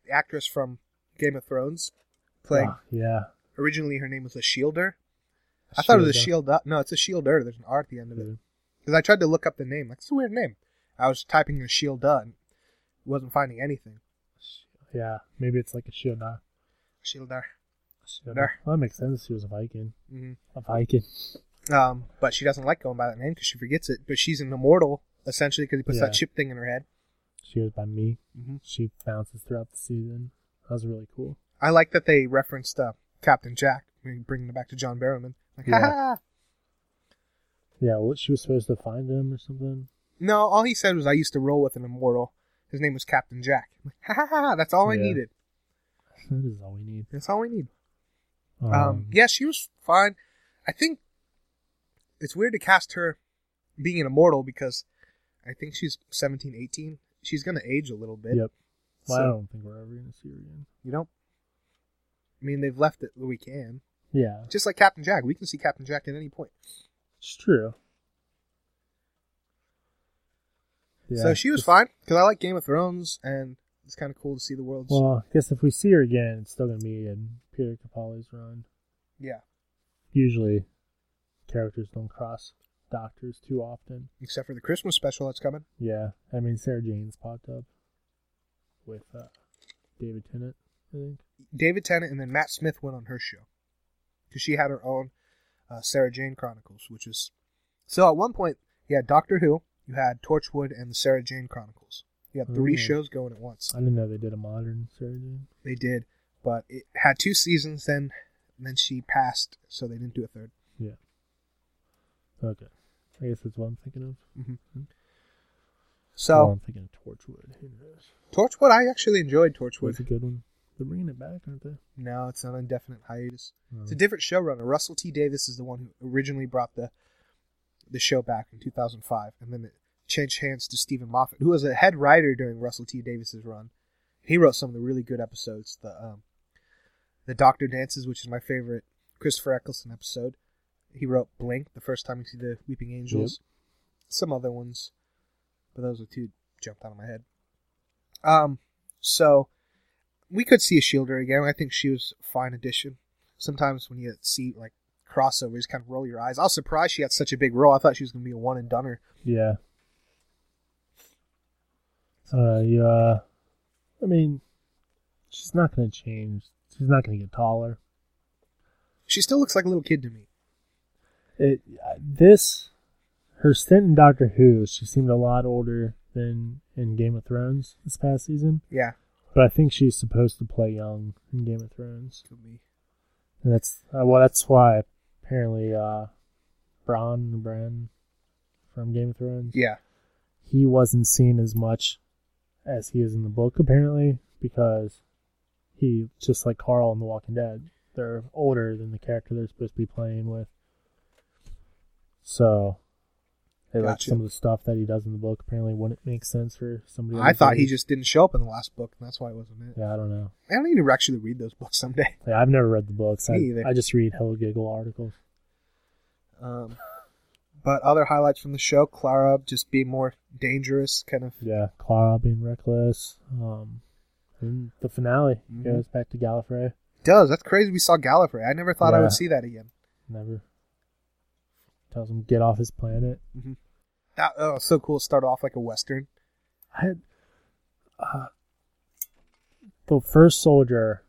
the actress from Game of Thrones playing. Ah, yeah. Originally, her name was a Shielder. I thought it was a Shield. No, it's a Shielder. There's an R at the end of it. Shielda. Because I tried to look up the name. Like, it's a weird name. I was typing in Shield and wasn't finding anything. Yeah, maybe it's like a Shionar. Shieldar. Shionar. Well, that makes sense. She was a Viking. hmm A Viking. Um, but she doesn't like going by that name because she forgets it. But she's an immortal, essentially, because he puts Yeah. that chip thing in her head. She goes by me. Mhm. She bounces throughout the season. That was really cool. I like that they referenced uh, Captain Jack, I mean, bringing it back to John Barrowman. Like, Yeah. ha ha! Yeah, what she was supposed to find him or something. <laughs> No, all he said was, I used to roll with an immortal. His name was Captain Jack. I'm Like, ha ha ha! That's all I Yeah. needed. That is all we need. That's all we need. Um, yeah, she was fine. I think it's weird to cast her being an immortal because I think she's 17, 18. She's going to age a little bit. Yep. Well, I So- don't think we're ever gonna see her again. You know? I mean, they've left it that we can. Yeah, Just like Captain Jack. We can see Captain Jack at any point. it's true. Yeah. so she was fine because I like Game of Thrones and it's kind of cool to see the world's. Well, I guess if we see her again, it's still gonna be in Peter Capaldi's run. yeah. Usually, characters don't cross doctors too often. Except for the Christmas special that's coming. Yeah, I mean Sarah Jane's popped up with uh, David Tennant, I think. David Tennant and then Matt Smith went on her show because she had her own uh, Sarah Jane Chronicles, which is so. At one point, you had Doctor Who, you had Torchwood, and the Sarah Jane Chronicles. You had three Mm. shows going at once. I didn't know they did a modern Sarah Jane. They did, but it had two seasons. Then, then she passed, so they didn't do a third. Okay, I guess that's what I'm thinking of. So Well, I'm thinking of Torchwood. Who knows? Torchwood, I actually enjoyed What's Torchwood. a good one? They're bringing it back, aren't they? No, it's an indefinite hiatus. No. It's a different showrunner. Russell T Davis is the one who originally brought the the show back in 2005, and then it changed hands to Stephen Moffat, who was a head writer during Russell T Davis's run. He wrote some of the really good episodes, the um, the Doctor Dances, which is my favorite Christopher Eccleston episode. He wrote Blink, the first time you see the Weeping Angels, some other ones, but those are two jumped out of my head. Um, so we could see a Shielder again. I think she was a fine addition sometimes when you see like crossovers, just kind of roll your eyes. I was surprised she had such a big role. I thought she was going to be a one and doneer. Yeah. Uh, yeah. I mean, she's not going to change. She's not going to get taller. She still looks like a little kid to me. It uh, this her stint in Doctor Who. She seemed a lot older than in Game of Thrones this past season. Yeah, But I think she's supposed to play young in Game of Thrones, could be. and that's uh, well, that's why apparently uh, Bron Bran from Game of Thrones. Yeah, he wasn't seen as much as he is in the book apparently because he just like Carl in The Walking Dead, they're older than the character they're supposed to be playing with. So they like Gotcha. some of the stuff that he does in the book apparently wouldn't make sense for somebody. I else's thought he age. just didn't show up in the last book, and that's why it wasn't it. Yeah, I don't know. I need to actually read those books someday. <laughs> Yeah, I've never read the books. I, Me either. I just read Hello Giggle articles. Um, but other highlights from the show: Clara just being more dangerous, kind of. Yeah, Clara being reckless. Um, and the finale Mhm. goes back to Gallifrey. Does that's crazy? We saw Gallifrey. I never thought I Yeah. would see that again. Never tells him get off his planet. That oh, so cool. to Start off like a western. I had uh, the first soldier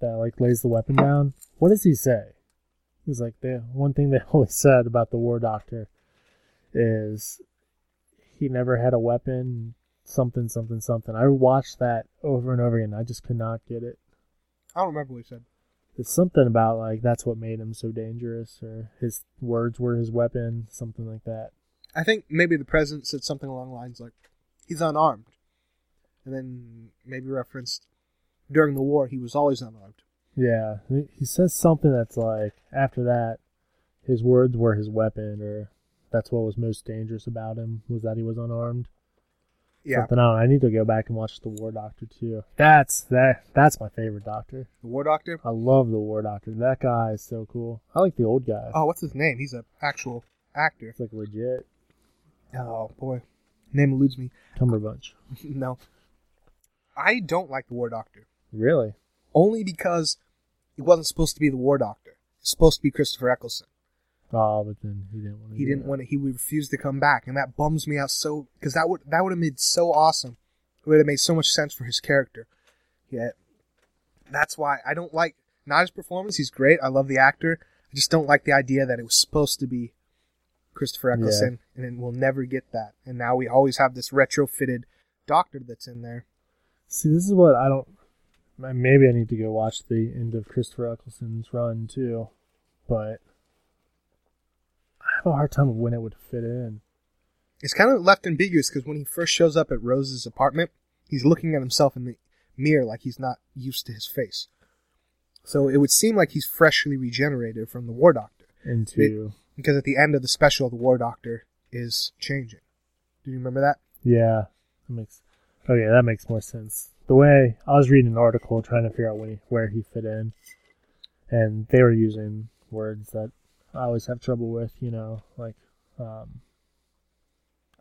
that like lays the weapon down. What does he say? He's like the one thing they <laughs> always said about the war doctor is he never had a weapon, something something something. I watched that over and over again. I just could not get it. I don't remember what he said. It's something about like that's what made him so dangerous, or his words were his weapon, something like that. I think maybe the president said something along the lines like, "He's unarmed," and then maybe referenced during the war he was always unarmed. Yeah, he- he says something that's like after that, his words were his weapon, or that's what was most dangerous about him was that he was unarmed. Yeah, Something I don't know. I need to go back and watch the War Doctor too. That's that. That's my favorite Doctor. the war doctor. I love the War Doctor. That guy is so cool. I like the old guy. Oh, what's his name? He's an actual actor. It's like legit Oh boy, name eludes me. <laughs> Cumberbunch. no, I don't like the war doctor Really? only because it wasn't supposed to be the war doctor. It's supposed to be Christopher Eccleston. Oh, but then he didn't want to. He didn't want to. He refused to come back, and that bums me out so because that would that would have made so awesome. It would have made so much sense for his character. Yeah, that's why I don't like not his performance. He's great. I love the actor. I just don't like the idea that it was supposed to be Christopher Yeah. Eccleston, and then we'll never get that. And now we always have this retrofitted doctor that's in there. See, this is what I don't. Maybe I need to go watch the end of Christopher Eccleston's run too, but I have a hard time of when it would fit in. It's kind of left ambiguous because when he first shows up at Rose's apartment, he's looking at himself in the mirror like he's not used to his face. So it would seem like he's freshly regenerated from the War Doctor Into because at the end of the special, the War Doctor is changing. Do you remember that? yeah, that makes okay. That makes more sense. The way I was reading an article trying to figure out when he, where he fit in, and they were using words that I always have trouble with. You know, like um,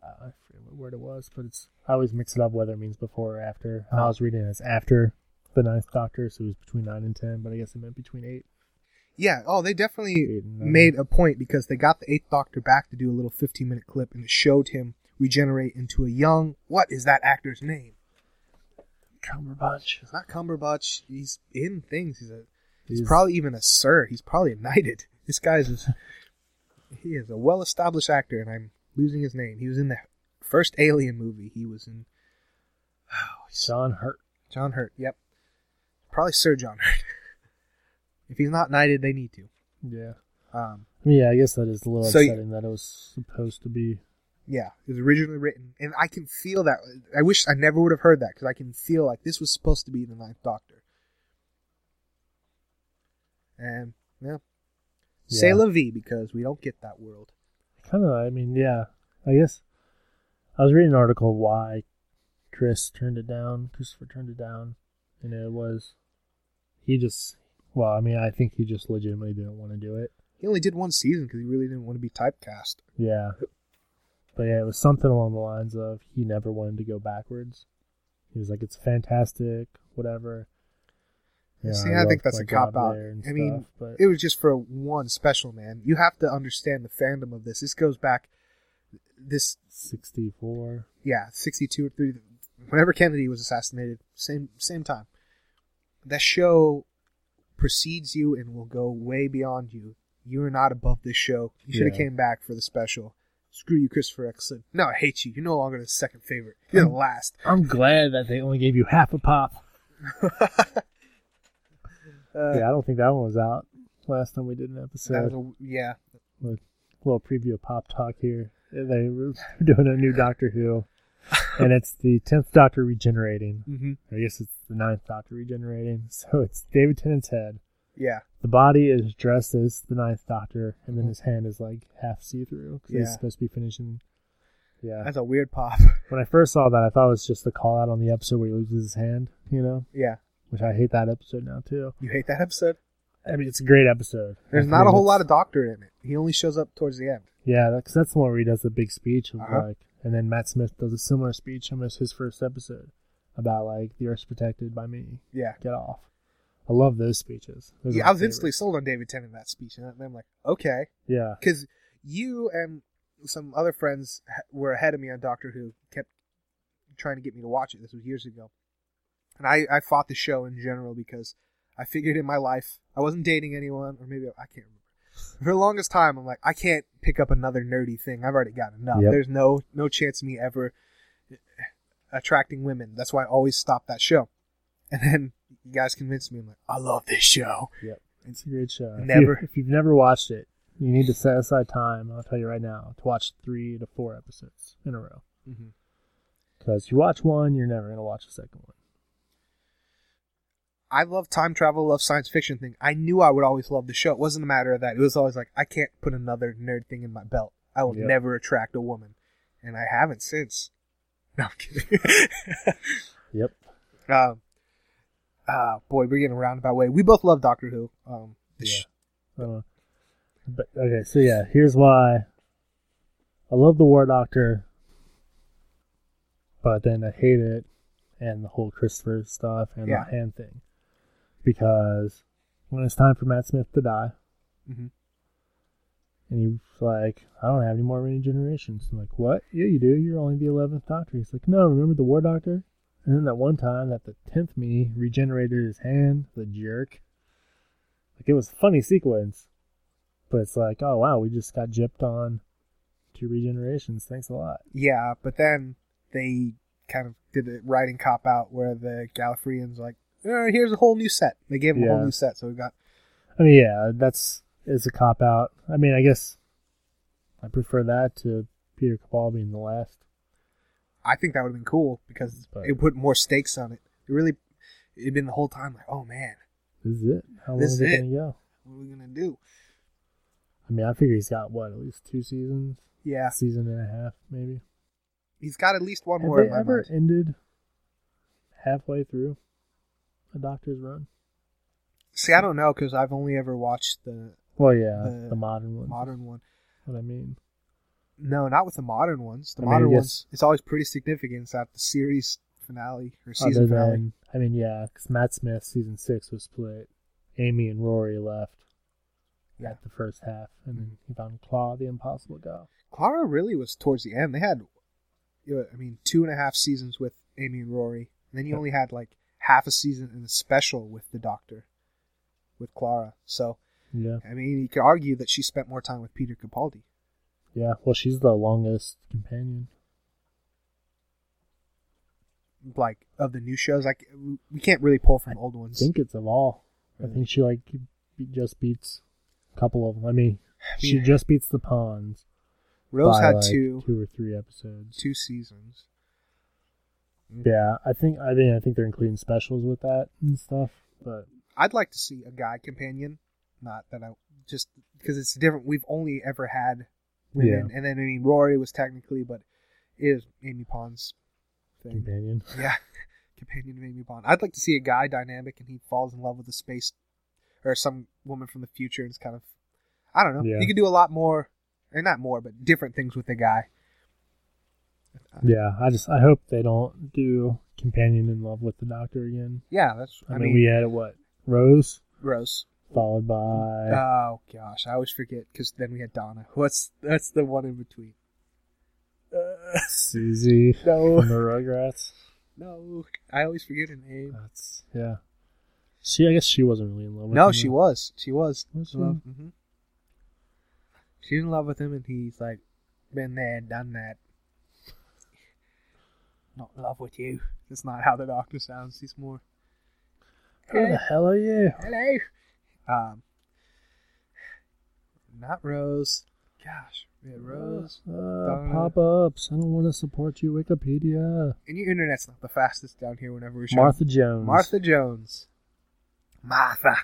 I I forget what word it was, but it's I always mix it up whether it means before or after. And I was reading it as after the ninth Doctor, so it was between nine and ten, but I guess it meant between eight. Yeah. Oh, they definitely Eight and nine. made a point because they got the Eighth Doctor back to do a little 15 minute clip and it showed him regenerate into a young. What is that actor's name? Cumberbatch. It's not Cumberbatch. He's in things. He's a He's, He's- probably even a sir. He's probably a knighted. <laughs> This guy's is he is a well established actor, and I'm losing his name. He was in the first Alien movie. He was in Sean Hurt. John Hurt. Yep, probably Sir John Hurt. <laughs> if he's not knighted, they need to. Yeah. Um, I mean, yeah, I guess that is a little So you- upsetting that it was supposed to be. yeah, it was originally written, and I can feel that. I wish I never would have heard that because I can feel like this was supposed to be the Ninth Doctor. And yeah, Yeah. say la vie because we don't get that world. Kind of, I mean, yeah. I guess I was reading an article why Chris turned it down. Christopher turned it down, and it was he just. Well, I mean, I think he just legitimately didn't want to do it. He only did one season because he really didn't want to be typecast. Yeah, but yeah, it was something along the lines of he never wanted to go backwards. He was like, "It's fantastic, whatever." See, I, think loved that's my a cop job out. there and I mean, stuff, but it was just for one special, man. You have to understand the fandom of this. This goes back, this sixty-four. yeah, sixty-two or three, whenever Kennedy was assassinated, same same time. That show precedes you and will go way beyond you. You are not above this show. You should have Yeah. came back for the special. Screw you, Christopher Eccleston. No, I hate you. You're no longer the second favorite. <laughs> You're the last. <laughs> I'm glad that they only gave you half a pop. Uh, yeah, I don't think that one was out last time we did an that episode. was a, yeah. little preview of Pop Talk here. They were <laughs> doing a new Doctor Who, and it's the tenth Doctor regenerating. Mm-hmm. I guess it's the ninth Doctor regenerating. <laughs> So it's David Tennant's head. Yeah. The body is dressed as the ninth Doctor, and then his hand is like half see through because Yeah. he's supposed to be finishing. Yeah. That's a weird pop. <laughs> When I first saw that, I thought it was just a call out on the episode where he loses his hand. You know, Yeah. which I hate that episode now too. You hate that episode? I mean, it's a great episode. There's not a whole lot of Doctor in it. He only shows up towards the end. Yeah, because that's the one where he does the big speech of Uh-huh. like, and then Matt Smith does a similar speech almost his first episode about like the Earth's protected by me. Yeah. Get off. I love those speeches. Those are Yeah, my I was instantly favorites. sold on David Tennant in that speech. And I'm like, okay. Yeah, Because you and some other friends ha- were ahead of me on Doctor Who, kept trying to get me to watch it. This was years ago. And I, I fought the show in general because I figured in my life, I wasn't dating anyone, or maybe I can't remember. <laughs> For the longest time, I'm like, I can't pick up another nerdy thing. I've already got enough. Yep. There's no no chance of me ever eh, attracting women. That's why I always stop that show. And then you guys convinced me. I'm like, I love this show. It's a great show. If you- Never. <laughs> if you've never watched it, you need to set aside time. I'll tell you right now to watch three to four episodes in a row. Mm-hmm. Because you watch one, you're never gonna watch the second one. I love time travel, love science fiction thing. I knew I would always love the show. It wasn't a matter of that. It was always like, I can't put another nerd thing in my belt. I will Yep. never attract a woman. And I haven't since. <laughs> No, I'm kidding. <laughs> Yep. um, uh, boy, we're getting a roundabout way. We both love Doctor Who. Um, the Yeah. sh- I don't know. But okay, so yeah, here's why. I love the War Doctor, but then I hate it, and the whole Christopher stuff and Yeah. the hand thing, because when it's time for Matt Smith to die, Mhm. and he's like, "I don't have any more regenerations." I'm like, "What? Yeah, you do. You're only the eleventh Doctor." He's like, "No, remember the War Doctor?" And then that one time that the tenth me regenerated his hand, the jerk. Like it was a funny sequence. But it's like, oh wow, we just got gypped on two regenerations. Thanks a lot. Yeah, but then they kind of did a writing cop out where the Gallifreyans like, "Eh, here's a whole new set. They gave him a Yeah. whole new set, so we got I mean, yeah, that's it's a cop out. I mean, I guess I prefer that to Peter Capaldi being the last. I think that would have been cool because But- it put more stakes on it. It really, it'd been the whole time like, oh man, This is it. How long This is is it it. gonna go? what are we gonna do? I mean, I figure he's got what at least two seasons, Yeah, a season and a half, maybe. he's got at least one Have more they in my ever mind. ended halfway through a Doctor's run? See, I don't know because I've only ever watched the Well, yeah, The the, modern one. modern one. What I mean, No, not with the modern ones. The I mean, modern I guess- ones, it's always pretty significant. It's at the series finale or other season finale. than I mean, yeah, because Matt Smith season six was split. Amy and Rory left Yeah. Mm-hmm. at the first half, and then he found Claw, the Impossible Gal. Clara really was towards the end. They had, you know, I mean, two and a half seasons with Amy and Rory, and then you Yeah. only had like half a season in a special with the Doctor, with Clara. So Yeah, I mean, you could argue that she spent more time with Peter Capaldi. yeah. Well, she's the longest companion. Like of the new shows, like we can't really pull from old I ones. think it's of all. I Really? think she like be- just beats a couple of them. I mean, she Yeah. just beats the Pawns. Rose by, had like, two two or three episodes. two seasons. Yeah, I think. I mean, I think they're including specials with that and stuff. But I'd like to see a guy companion, not that I just because it's different. We've only ever had women, and then I mean Rory was technically, but it is Amy Pond's thing. companion. Yeah, companion of Amy Bond. I'd like to see a guy dynamic, and he falls in love with a space or some woman from the future, and it's kind of, I don't know. Yeah. You could do a lot more, or not more, but different things with a guy. Yeah, I just I hope they don't do companion in love with the doctor again. Yeah, that's. I, mean, we had what Rose Rose. followed by Oh gosh, I always forget because then we had Donna. <laughs> What's that's the one in between? Uh, Susie no, from the Rugrats. no, I always forget her name. That's yeah. She, I guess she wasn't really in love. with No, him, she though. was. She was. Was Mm-hmm. she? hmm She's in love with him, and he's like, been there, done that. Not in love with you. That's not how the doctor sounds. He's more, Who the hell are you? hello. Um, not Rose. Gosh, yeah, Rose. Uh, pop ups. I don't want to support you, Wikipedia. And your internet's not the fastest down here whenever we're showing- Martha Jones. Martha Jones. Martha.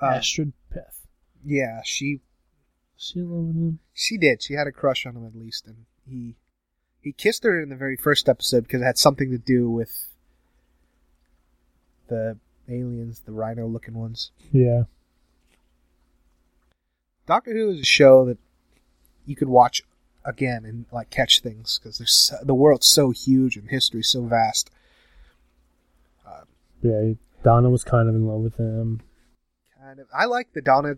Uh, <laughs> Astrid Peth. yeah, she She in love with him. She did. She had a crush on him at least, and he he kissed her in the very first episode because it had something to do with the aliens, the rhino-looking ones. Yeah. Doctor Who is a show that you could watch again and like catch things because there's so, the world's so huge and history so vast. Yeah. Donna was kind of in love with him. Kind of, I like the Donna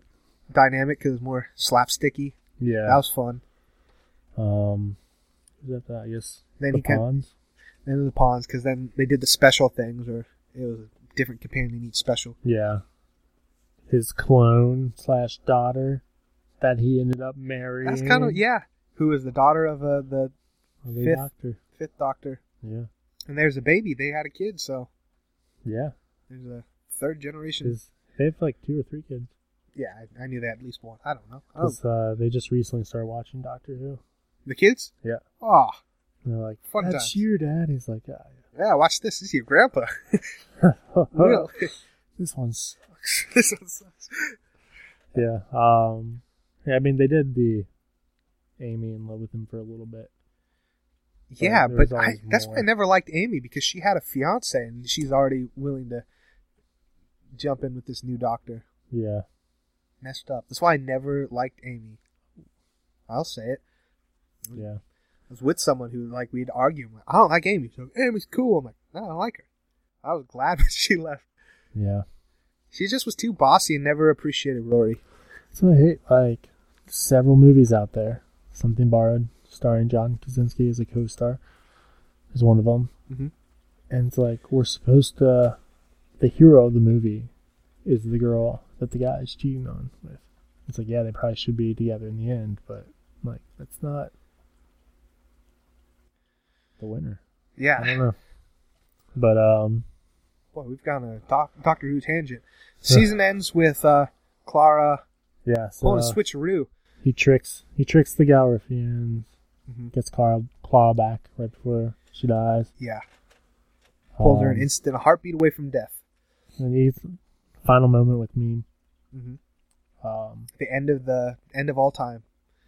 dynamic because it's more slapsticky. Yeah. That was fun. um. Is that that? I guess. Then the he kind of- Pawns. Then the pawns because then they did the special things, or it was a different companion each special. Yeah. His clone slash daughter that he ended up marrying. That's kind of yeah. Who is the daughter of uh, the Are they Fifth. doctor? Fifth Doctor, Yeah. and there's a baby. They had a kid, so Yeah. there's a third generation. 'Cause they have like two or three kids. Yeah, I, I knew they had at least one. I don't know. I don't, Because uh, they just recently started watching Doctor Who. the kids? Yeah. Oh, And they're like, Fun that's times. your dad. He's like, "Ah, yeah. Watch this. This is your grandpa. <laughs> yeah. <laughs> Really? <laughs> this one's. this one sucks. Yeah. Um, yeah. I mean, they did the Amy in love with him for a little bit. Yeah, there's but I, always that's why I more. never liked Amy because she had a fiance and she's already willing to jump in with this new doctor. Yeah. Messed up. That's why I never liked Amy. I'll say it. Yeah. I was with someone who like we'd argue. I'm like, I don't like Amy. She's like, Amy's cool. I'm like, no, I don't like her. I was glad <laughs> when she left. Yeah. She just was too bossy and never appreciated Rory. So I hate like several movies out there. Something Borrowed, starring John Krasinski as a co-star, is one of them. Mhm. And it's like we're supposed to. The hero of the movie is the girl that the guy is cheating on with. It's like yeah, they probably should be together in the end, but like that's not the winner. I Yeah. don't know. <laughs> But um, Boy, we've gone a doc- Doctor Who tangent. Season ends with uh, Clara yeah. So pulling uh, a switcheroo. he tricks he tricks the Galrifians, Mhm. gets Claw Claw back right before she dies. Yeah. Pulled her an Um, instant, a heartbeat away from death. And he's final moment with Meme. Mhm. Um, The end of the end of all time.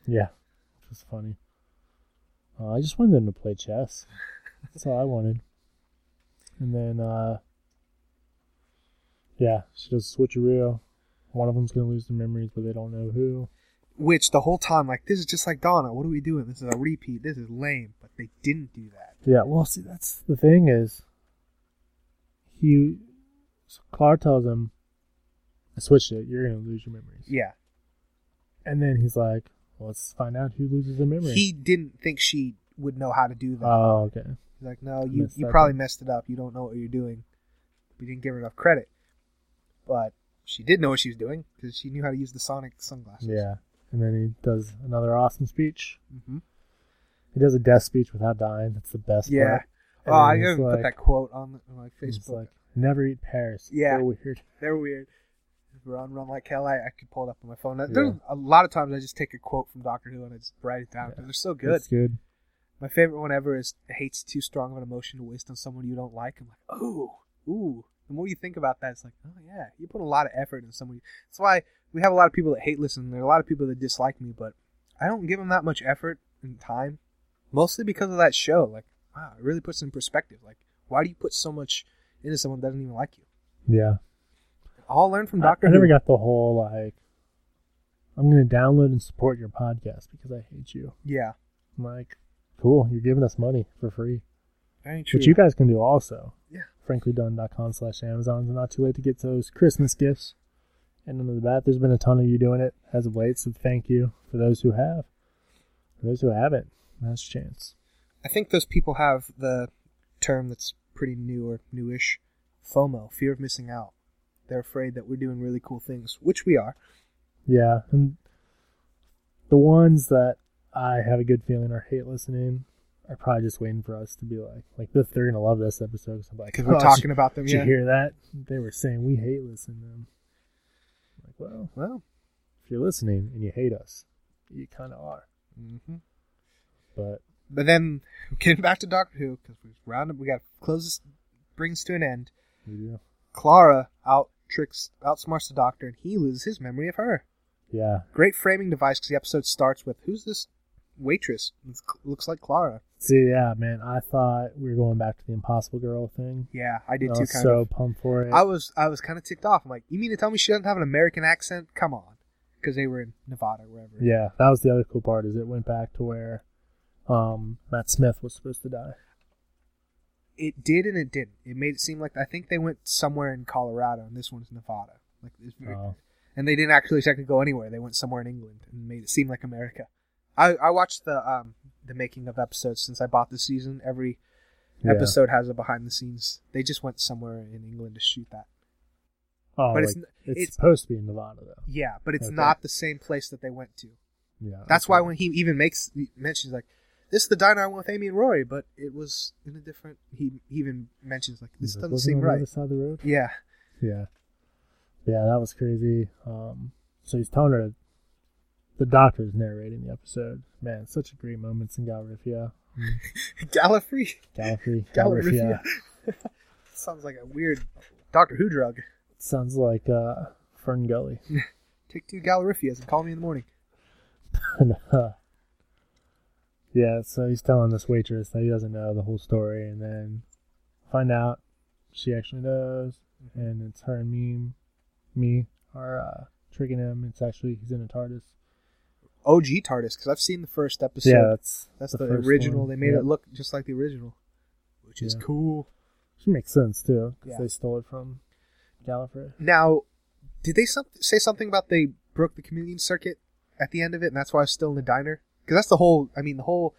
yeah, it was funny. Uh, I just wanted them to play chess. That's all I wanted. And then, uh, yeah, she does a switcheroo. One of them's gonna lose their memories, but they don't know who. Which the whole time, like this is just like Donna. What are we doing? This is a repeat. This is lame. But they didn't do that. Yeah, well, see, that's the thing is, he, so Clark tells him, "I switched it. You're gonna lose your memories." Yeah. And then he's like, well, "Let's find out who loses their memory." He didn't think she would know how to do that. oh, okay. He's like, no, you, missed you that probably one. messed it up. You don't know what you're doing. We didn't give her enough credit. But she did know what she was doing because she knew how to use the sonic sunglasses. Yeah. And then he does another awesome speech. hmm He does a death speech without dying. That's the best Yeah. part. Oh, I And then even he's put that quote on, on my he's Facebook. like, never eat pears. Yeah. They're weird. They're weird. Run, run like hell. I, I could pull it up on my phone. There- Yeah. There's a lot of times I just take a quote from Doctor Who and I just write it down because they're so good. It's good. My favorite one ever is hate's too strong of an emotion to waste on someone you don't like. I'm like, oh, ooh. The more you think about that, it's like, oh yeah, you put a lot of effort in someone. That's why we have a lot of people that hate listen. There are a lot of people that dislike me, but I don't give them that much effort and time, mostly because of that show. Like, wow, it really puts it in perspective. Like, why do you put so much into someone that doesn't even like you? Yeah. I'll learn from I- Doctor. I, Who. never got the whole, like, I'm going to download and support your podcast because I hate you. Yeah, I'm like, cool. You're giving us money for free. very true. Which you guys can do also. Yeah. FranklyDunn.com slash Amazon. It's not too late to get those Christmas gifts. And under that, there's been a ton of you doing it as of late, so thank you for those who have. For those who haven't, last chance. I think those people have the term that's pretty new or newish FOMO, fear of missing out. They're afraid that we're doing really cool things, which we are. Yeah. And the ones that I have a good feeling are hate listening are probably just waiting for us to be like, like this, they're going to love this episode. 'cause I'm like, Because we're "Oh, talking Did, about them. did Yeah. you hear that? They were saying we hate listening to them. I'm like, well, Well, if you're listening and you hate us, you kind of are. hmm But but then <laughs> getting back to Doctor Who, because we've rounded, we got to close this, brings to an end. Yeah. Clara out tricks, outsmarts the Doctor, and he loses his memory of her. Yeah. Great framing device because the episode starts with who's this waitress? It looks like Clara. See, yeah, man, I thought we were going back to the Impossible Girl thing. Yeah, I I did too. was Kind Oh, so of. pumped for it. I was I was kind of ticked off. I'm like, you mean to tell me she doesn't have an American accent? Come on, because they were in Nevada, wherever. yeah, that was the other cool part is it went back to where um, Matt Smith was supposed to die. It did and it didn't. It made it seem like I think they went somewhere in Colorado, and this one's Nevada. Like, it's very, Oh. and they didn't actually technically go anywhere. They went somewhere in England and made it seem like America. I, I watched the um the making of episodes since I bought the season. Every Yeah. episode has a behind the scenes. They just went somewhere in England to shoot that. Oh, but like, it's it's, n- it's- supposed to be in Nevada though. Yeah, but it's Okay. not the same place that they went to. Yeah, That's why okay. when he even makes mentions like this is the diner I want with Amy and Rory, but it was in a different. He, he even mentions like this He's like, doesn't "Wasn't seem it on The right. other side of the road. Yeah, <laughs> Yeah. Yeah, that was crazy. Um, so he's telling her the doctor's narrating the episode. Man, such a great moments in Galrifia. Gallifrey Gallifrey. <laughs> Galrifia. Galrifia. <laughs> sounds like a weird Doctor Who drug. Sounds like uh, Fern Gully. <laughs> Take two Gallerifias and call me in the morning. And, uh, yeah, so he's telling this waitress that he doesn't know the whole story, and then find out she actually knows, and it's her and me, me are uh, tricking him. It's actually he's in a TARDIS. OG TARDIS because I've seen the first episode. yeah, that's That's the, first original. one. They made Yeah. it look just like the original, which is Yeah. cool. Which makes sense too, because Yeah. they stole it from Gallifrey. Now, did they some- say something about they broke the communion circuit at the end of it, and that's why I was still in the diner? Because that's the whole. I mean, the whole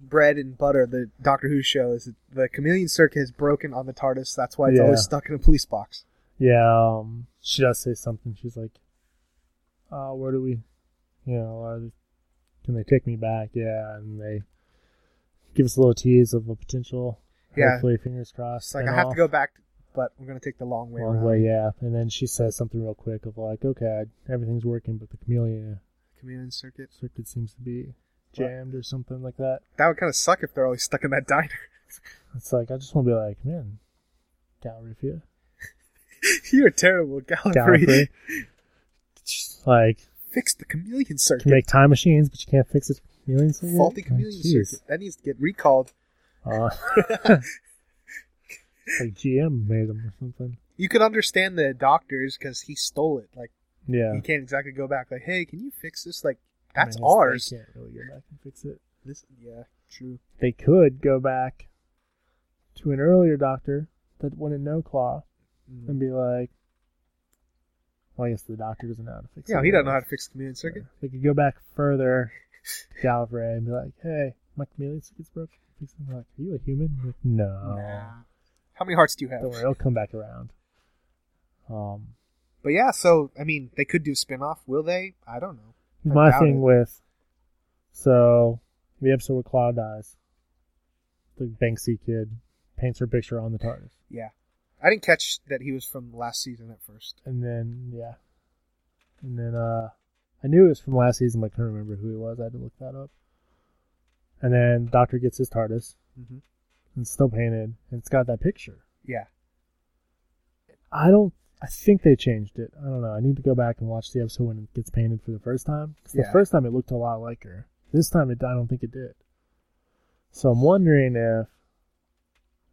bread and butter of the Doctor Who show is that the chameleon circuit is broken on the TARDIS. That's why it's Yeah. always stuck in a police box. Yeah, um, she does say something. She's like, uh, "Where do we, you know, are they, can they take me back?" Yeah, and they give us a little tease of a potential. Yeah. hopefully, fingers crossed. It's like and I have all. to go back, but we're gonna take the long way. Long around. way, yeah. And then she says something real quick of like, "Okay, everything's working, but the chameleon Chameleon circuit. circuit seems to be jammed or something like that." That would kind of suck if they're always stuck in that diner. <laughs> It's like I just want to be like, man, Galrifia. You're terrible, Gallifrey. Gallifrey. like, Fix the chameleon you circuit. can make time machines, but you can't fix it. Chameleon circuit? Faulty Oh, chameleon jeez. circuit. That needs to get recalled. Uh, <laughs> like GM made them or something. You could understand the doctors because he stole it. Like Yeah. he can't exactly go back. Like, hey, can you fix this? Like I that's mean, it's- ours. They can't really go back and fix it. This, yeah, true. They could go back to an earlier doctor that wouldn't know Claw and be like, well, I guess the doctor doesn't know how to fix it. Yeah, he doesn't know how to fix the chameleon circuit. They could go back further to Galvray and be like, hey, my chameleon circuit's broken. Fix it. And they're Like, are you a human? I'm like, no. Nah. How many hearts do you have? Oh. Don't worry, it'll come back around. Um, But yeah, so I mean, they could do a spin-off. Will they? I don't know. I my doubt thing it. with so the episode where Cloud dies, the Banksy kid paints her picture on the TARDIS, Yeah, I didn't catch that he was from last season at first. and then yeah, and then uh, I knew it was from last season, but I couldn't remember who it was. I had to look that up. And then Doctor gets his TARDIS Mm-hmm. and it's still painted, and it's got that picture. Yeah, I don't. I think they changed it. I don't know. I need to go back and watch the episode when it gets painted for the first time. 'Cause Yeah. The first time it looked a lot like her. This time it. I don't think it did. So I'm wondering if.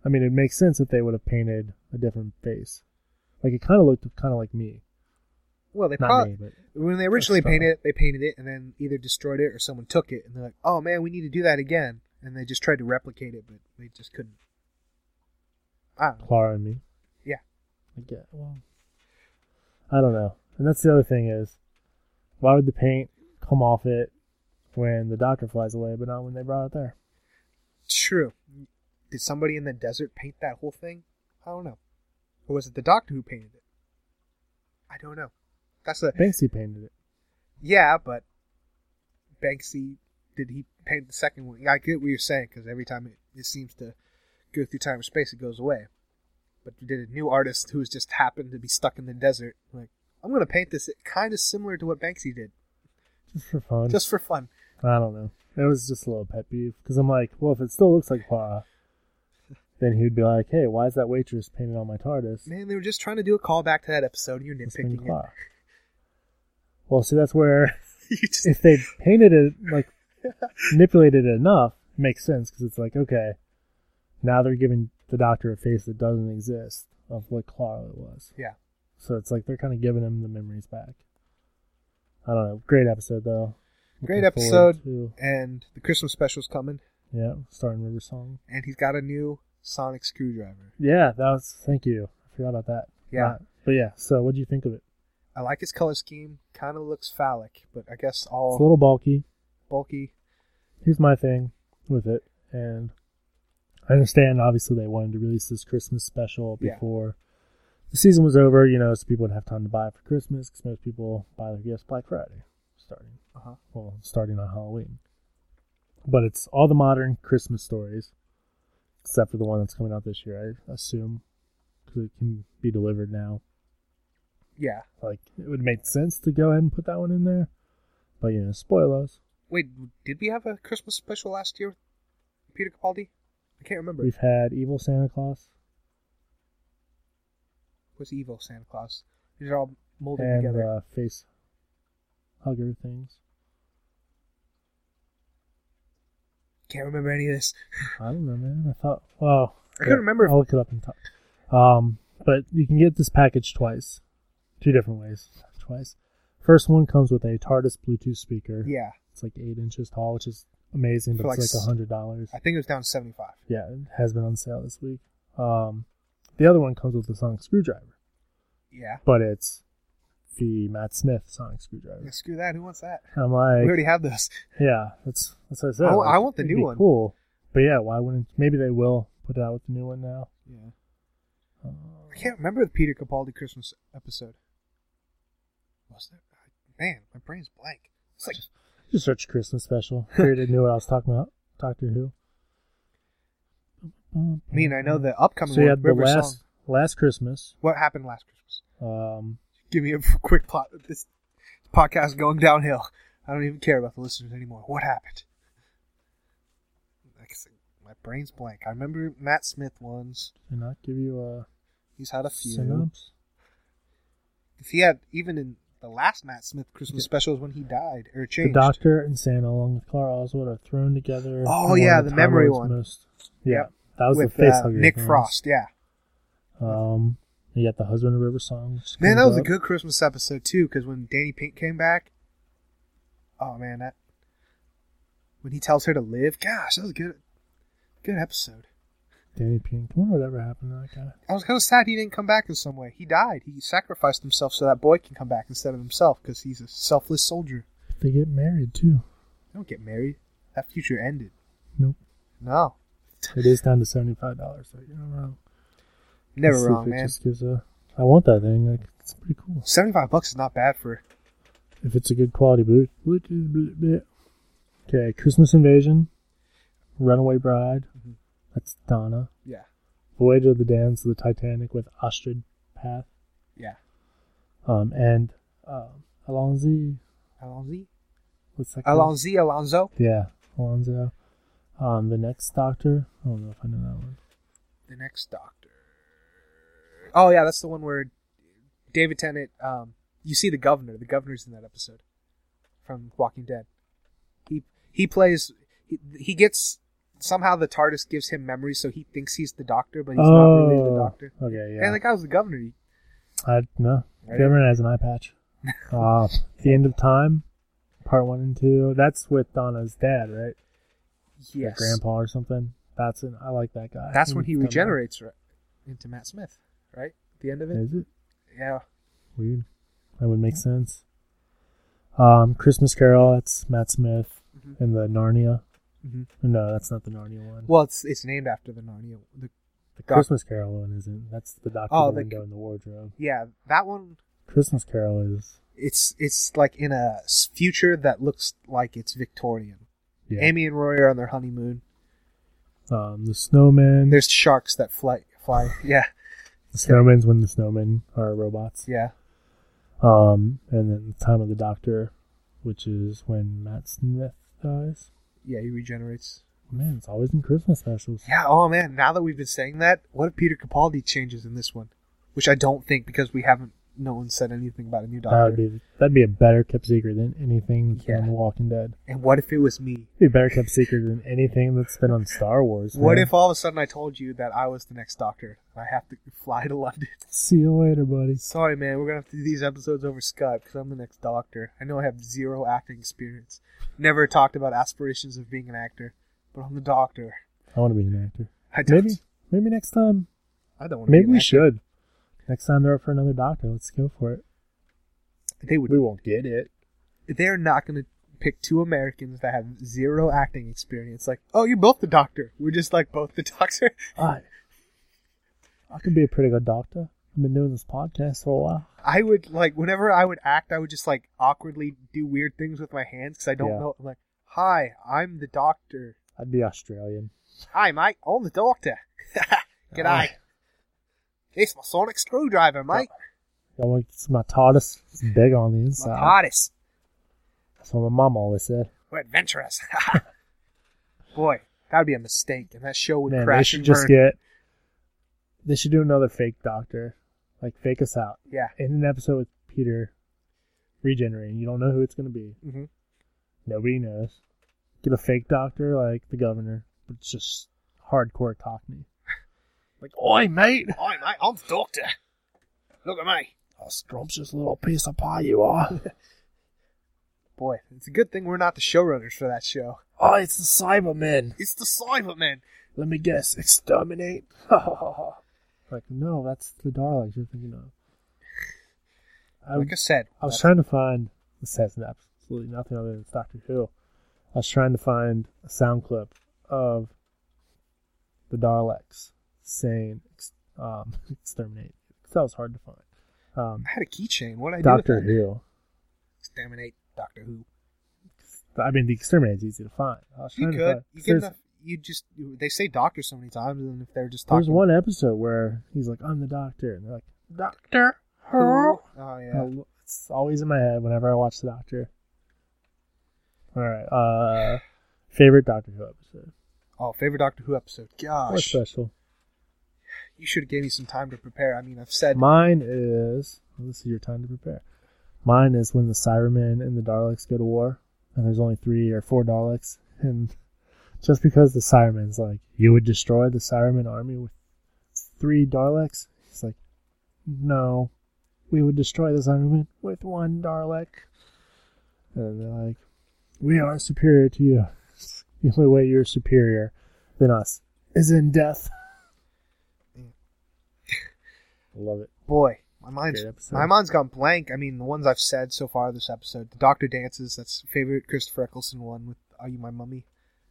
I mean, it makes sense if they would have painted a different face. Like it kind of looked kind of like me. well, they Not probably me, but when they originally That's fine. painted it, they painted it and then either destroyed it or someone took it and they're like, "Oh man, we need to do that again," and they just tried to replicate it, but they just couldn't. I don't know. Clara and me. Yeah. I get well. I don't know. And that's the other thing is, why would the paint come off it when the doctor flies away, but not when they brought it there? True. Did somebody in the desert paint that whole thing? I don't know. Or was it the doctor who painted it? I don't know. That's a Banksy painted it. yeah, but Banksy did he paint the second one? I get what you're saying because every time it, it seems to go through time and space, it goes away. But did a new artist who's just happened to be stuck in the desert like I'm gonna paint this kind of similar to what Banksy did Just for fun. just for fun? I don't know. It was just a little pet peeve because I'm like, well, if it still looks like Clara, then he'd be like, hey, why is that waitress painted on my TARDIS? Man, they were just trying to do a callback to that episode. and You're It's been nitpicking Clara. Well, see, that's where <laughs> it. <laughs> you just if they painted it <laughs> like manipulated it enough, it makes sense because it's like, okay, now they're giving the Doctor a face that doesn't exist of what Clara was. yeah. So it's like they're kind of giving him the memories back. I don't know. Great episode though. Great Looking forward episode. to- and the Christmas special's coming, yeah, starting River Song. and he's got a new sonic screwdriver. Yeah, that was. Thank you. I forgot about that. Yeah. Uh, but yeah, so what do you think of it? I like his color scheme. Kind of looks phallic, but I guess It's a all little bulky. bulky. Here's my thing with it, and I understand. Obviously, they wanted to release this Christmas special Yeah. before the season was over. You know, so people would have time to buy it for Christmas because most people buy their gifts Black Friday, starting Uh-huh. well, starting on Halloween. But it's all the modern Christmas stories, except for the one that's coming out this year, I assume, because it can be delivered now. Yeah. Like it would make sense to go ahead and put that one in there, but you know, spoilers. Wait, did we have a Christmas special last year with Peter Capaldi? I can't remember. We've had Evil Santa Claus was evil Santa Claus. These are all molded and together. uh, face hugger things. Can't remember any of this. I don't know, man. I thought, wow. I couldn't remember if- I'll look it up and talk. Um, but you can get this package twice, two different ways. Twice. First one comes with a TARDIS Bluetooth speaker. Yeah, It's like eight inches tall, which is amazing, but For it's like like a hundred dollars. I think it was down to seventy-five. Yeah, it has been on sale this week. Um, the other one comes with a sonic screwdriver, Yeah. but it's the Matt Smith sonic screwdriver. Yeah, Screw that. Who wants that? And I'm We like, already have this. Yeah, that's that's what I said. I wa- Like, I want the it'd new be one. Cool, but yeah, why wouldn't? Maybe they will put it out with the new one now. Yeah. Uh, I can't remember the Peter Capaldi Christmas episode. Was there? Man, my brain's blank. It's like Just search <laughs> Christmas special. Sure, didn't know what I was talking about. Doctor Who. I mean, I know the upcoming So yeah, one, the River last Song. last Christmas. What happened last Christmas? Um, Give me a quick plot. of This podcast is going downhill. I don't even care about the listeners anymore. What happened? Like I said, my brain's blank. I remember Matt Smith ones. did I not give you a He's had a few. synopsis. If he had even in the last Matt Smith Christmas special is when he died or The changed. Doctor and Santa, along with Clara Oswald, are thrown together. Oh, in one yeah, of the Time memory Lord's one. Most, yeah, Yep. that was with the face uh, hugger Nick things. Frost. Yeah, Um, you got the husband of River Song. which man, that comes was a up. good Christmas episode too. Because when Danny Pink came back, oh man, that when he tells her to live, gosh, that was a good, good episode. Danny Pink. I wonder whatever happened to that guy. I was kind of sad he didn't come back in some way. He died. He sacrificed himself so that boy can come back instead of himself because he's a selfless soldier. They get married too. They don't get married. That future ended. Nope. No, It is down to seventy five dollars. So you're not wrong. never Let's see if wrong, it man. Just gives a. I want that thing. Like it's pretty cool. Seventy-five bucks is not bad for If it's a good quality boot. Which is bl- bl- Okay, Christmas Invasion, Runaway Bride. Mhm. That's Donna. yeah, Voyage of the Dance of the Titanic with Astrid Path. yeah. Um and um Alonzi. Alonzi, What's that? called? Alonzi, Alonzo. Yeah, Alonzo. Um, the next Doctor. I don't know if I know that one. The next Doctor. Oh yeah, that's the one where David Tennant. Um, you see the governor. The governor's in that episode from Walking Dead. He he plays. He, he gets somehow the TARDIS gives him memories, so he thinks he's the Doctor, but he's not really the Oh, Doctor. Okay, yeah. And the guy was the governor. He- I no. Right. Government has an eye <laughs> patch. Uh, the end of time, part one and two. That's with Donna's dad, right? Your yes, grandpa or something. That's an. I like that guy. that's when he He's done regenerates right, into Matt Smith. Right, At the end of that. it. Is it Yeah, weird? That would make sense. Um, Christmas Carol. That's Matt Smith Mhm. and the Narnia. Mhm. No, that's not the Narnia one. Well, it's it's named after the Narnia. The, the Doc- Christmas Carol one isn't. That's the Doctor Oh, the the- window in the wardrobe. yeah, that one Christmas Carol is. it's it's like in a s- future that looks like it's Victorian. Yeah. Amy and Rory are on their honeymoon. um, the snowman. There's sharks that fly fly. <laughs> Yeah, the snowman's when the snowmen are robots. yeah. Um, and then the time of the doctor, which is when Matt Smith dies. Yeah, he regenerates. Man, it's always in Christmas specials. Yeah, oh man, now that we've been saying that, what if Peter Capaldi changes in this one? Which I don't think because we haven't no one said anything about a new That would doctor. be that'd be a better kept secret than anything that's been on Yeah. The Walking Dead. And what if it was me? It'd be a better kept secret than anything that's been on Star Wars. What man. if all of a sudden I told you that I was the next doctor and I have to fly to London? See you later, buddy. Sorry, man, we're gonna have to do these episodes over Skype because I'm the next doctor. I know I have zero acting experience. Never talked about aspirations of being an actor, but I'm the doctor. I want to be an actor. I don't. Maybe maybe next time. I don't want to. Maybe be an we actor. should. Next time they're up for another doctor, let's go for it. They would. We won't get it. They're not gonna pick two Americans that have zero acting experience. Like, oh, you're both the doctor. We're just like both the <laughs> doctor. I I could be a pretty good doctor. I've been doing this podcast for a while. I would like whenever I would act, I would just like awkwardly do weird things with my hands because I don't Yeah. know. I'm like, Hi, I'm the doctor. I'd be Australian. Hi, mate. I'm the doctor. <laughs> G'day. It's my sonic screwdriver, mate. I Oh, want it's my tortoise. It's big on the My inside. TARDIS. That's what my mom always said. We're adventurous. <laughs> Boy, that would be a mistake, and that show would Man, they crash should and just burn. get. They should do another fake doctor, like fake us out Yeah. in an episode with Peter regenerating. You don't know who it's gonna be. hmm Nobody knows. Get a fake doctor like the governor, but it's just <laughs> hardcore Cockney. Like, oi, mate! Hi, mate. I'm the doctor. Look at me. Oh, A scrumptious little piece of pie you <laughs> are. Boy, it's a good thing we're not the showrunners for that show. oh, it's the Cybermen. It's the Cybermen. Let me guess, exterminate. <laughs> like, no, that's the Daleks you're thinking of. I, Like I said, I was that- trying to find. This has absolutely nothing other than Doctor Who. I was trying to find a sound clip of the Daleks saying ex- um, <laughs> "exterminate." 'Cause That was hard to find. Um, I had a keychain. What did I Doctor do? with that? Who. Exterminate Doctor Who. I mean, the exterminate is easy to find. I was You trying to could. find- You get there's- enough. You just. They say doctor so many times, and if they're just There's talking. one episode where he's like, "I'm the doctor," and they're like, "Doctor Who." Oh yeah. I- It's always in my head whenever I watch The Doctor. All right. Uh, favorite Doctor Who episode? Oh, favorite Doctor Who episode. Or Gosh, special? you should have gave me some time to prepare. I mean, I've said Mine is. Well, this is your time to prepare. Mine is when the Cybermen and the Daleks go to war, and there's only three or four Daleks, and <laughs> just because the Cybermen's like, you would destroy the Cybermen army with three Daleks, he's like, no, we would destroy the Cybermen with one Dalek, and they're like, we are superior to you. <laughs> The only way you're superior than us is in death. I love it. boy, my mind's Great episode. my mind's gone blank. I mean, the ones I've said so far this episode. The Doctor dances. That's favorite Christopher Eccleston one with "Are You My Mummy."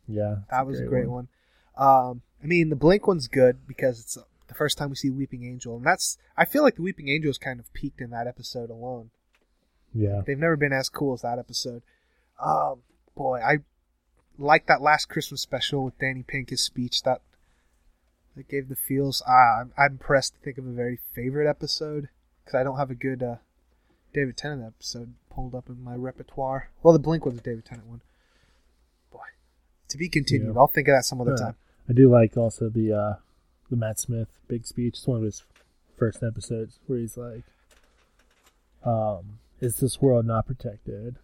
Yeah, it's That was a great one. Um, I mean, the Blink one's good because it's the first time we see Weeping Angel, and that's I feel like the Weeping Angel's kind of peaked in that episode alone. Yeah, They've never been as cool as that episode. Um, boy, I like that last Christmas special with Danny Pink. His speech that that gave the feels. Ah, I'm, I'm pressed to think of a very favorite episode because I don't have a good uh, David Tennant episode pulled up in my repertoire. Well, the Blink was a David Tennant one. Boy, to be continued. Yeah. I'll think of that some other Uh, time. I do like also the uh, the Matt Smith big speech. It's one of his first episodes where he's like, um, "Is this world not protected?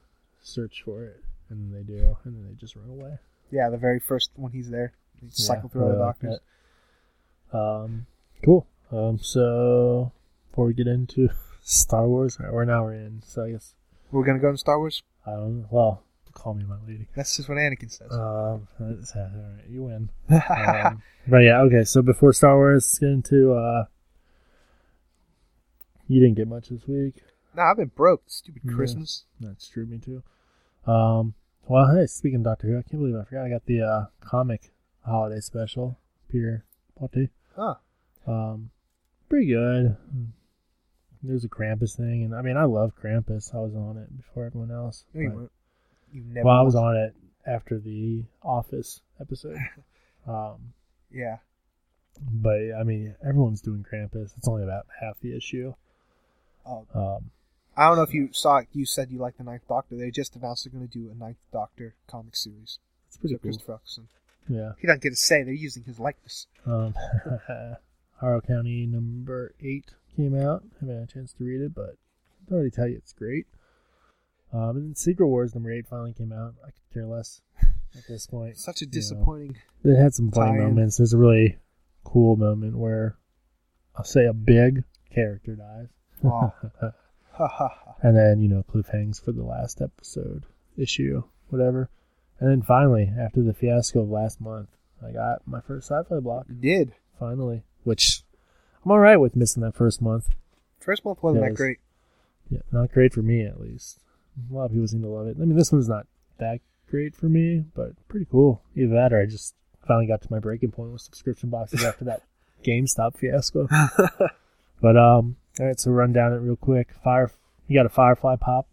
Search for it." And they do, and then they just run away. Yeah, the very first when he's there, he cycle Yeah, through all really the like doctors. that. Um, cool. Um, so before we get into <laughs> Star Wars, all right, we're now we're in. So I guess We're gonna go to Star Wars. I don't. Well, call me my lady. That's just what Anakin says. Um, that's- all right, you win. Um, but yeah, okay. So before Star Wars, let's get into. Uh, you didn't get much this week. nah, I've been broke. Stupid Yeah. Christmas. That's true, me too. Um, well, hey, speaking of Doctor Who, I can't believe I forgot I got the uh, comic holiday special. Pierre Potte. Huh. Um, pretty good. There's a Krampus thing, and I mean, I love Krampus. I was on it before everyone else. No, you but- weren't. You never. well, I was on it after the Office episode. Um, Yeah. but I mean, everyone's doing Krampus. It's only about half the issue. Oh, Um, I don't know if you saw. it. You said you liked the Ninth Doctor. They just announced they're going to do a Ninth Doctor comic series. it's pretty So cool. Christopher Eccleston. Yeah. He doesn't get a say. They're using his likeness. Um, <laughs> Harrow County number eight came out. haven't had a chance to read it, but I can already tell you it's great. Um, and then Secret Wars number eight finally came out. I could care less <laughs> at this point. Such a Yeah. disappointing. <laughs> They had some funny Tie-in. moments. There's a really cool moment where I'll say a big character dies. <laughs> Wow. Ha, ha, ha. and then you know cliffhangs for the last episode issue whatever and then finally after the fiasco of last month i got my first sci-fi block You did. finally which i'm all right with missing that first month First month wasn't Yeah, it that was- great. yeah not great for me at least a lot of people seem to love it i mean this one's not that great for me but pretty cool either that or i just finally got to my breaking point with subscription boxes after that gamestop fiasco But um, all right, so run down it real quick. Fire, you got a Firefly pop.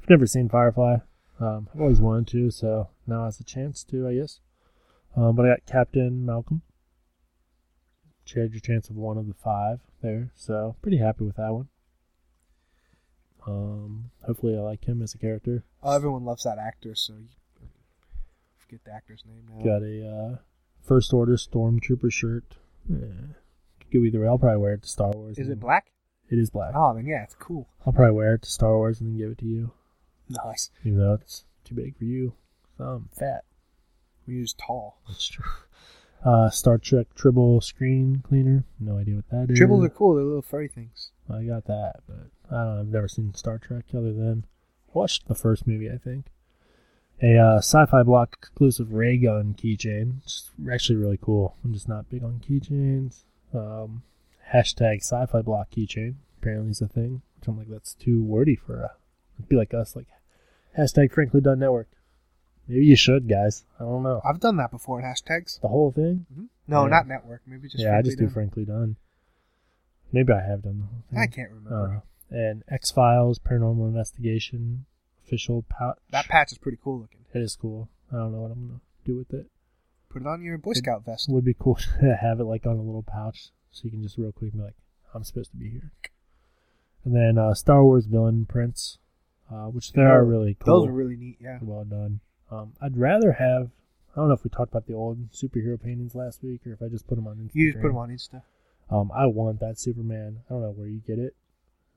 I've never seen Firefly. Um, I've always wanted to, so now has the chance to, I guess. Um, but I got Captain Malcolm. Shared your chance of one of the five there, so pretty happy with that one. Um, hopefully, I like him as a character. Oh, everyone loves that actor, so you forget the actor's name now. Got a uh, First Order Stormtrooper shirt. Yeah. Could go either way. I'll probably wear it to Star Wars. Is and- it black? It is black. Oh, then yeah, it's cool. I'll probably wear it to Star Wars and then give it to you, Nice. even though it's too big for you. I'm fat. We use tall. That's true. Uh, Star Trek Tribble screen cleaner. No idea what that is. Tribbles are cool. They're little furry things. I got that, but I don't know. I've never seen Star Trek other than I watched the first movie, I think. A uh, sci-fi block exclusive ray gun keychain. It's actually really cool. I'm just not big on keychains. Um, hashtag sci-fi block keychain apparently is a thing. Which I'm like, that's too wordy for a. It'd be like us, like hashtag Frankly Done Network. Maybe you should, guys. I don't know I've done that before in hashtags. the whole thing. No, Mm-hmm. Yeah. not network. Maybe just yeah, I friendly just do done. Frankly Done. Maybe I have done the whole thing. I can't remember. Uh, and X Files, Paranormal Investigation, official pouch. that patch is pretty cool looking. it is cool. I don't know what I'm gonna do with it. Put it on your Boy Scout vest. It would be cool <laughs> to have it like on a little pouch, so you can just real quick be like, "I'm supposed to be here." And then uh, Star Wars villain prints, uh, which they are Those- really cool, Those are really neat. Yeah. well done. Um, I'd rather have. I don't know if we talked about the old superhero paintings last week, or if I just put them on Instagram. You just put them on Insta. Um, I want that Superman. I don't know where you get it,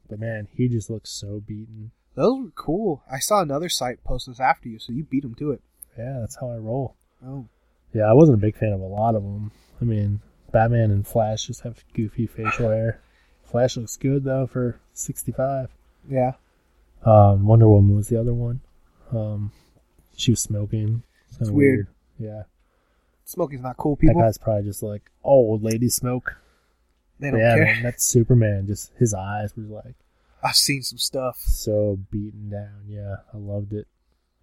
but man, he just looks so beaten. Those were cool. I saw another site post this after you, so you beat them to it. Yeah, that's how I roll. Oh, Yeah, I wasn't a big fan of a lot of them. I mean, Batman and Flash just have goofy <laughs> facial hair. Flash looks good though for 65. yeah. Um, Wonder Woman was the other one. Um, she was smoking. It's, It's kinda weird. Yeah, Smoking's not cool, people. that guy's probably just like, oh, old lady smoke. they don't yeah, care. man, that's Superman. Just his eyes were like <laughs> I've seen some stuff. so beaten down. Yeah, I loved it.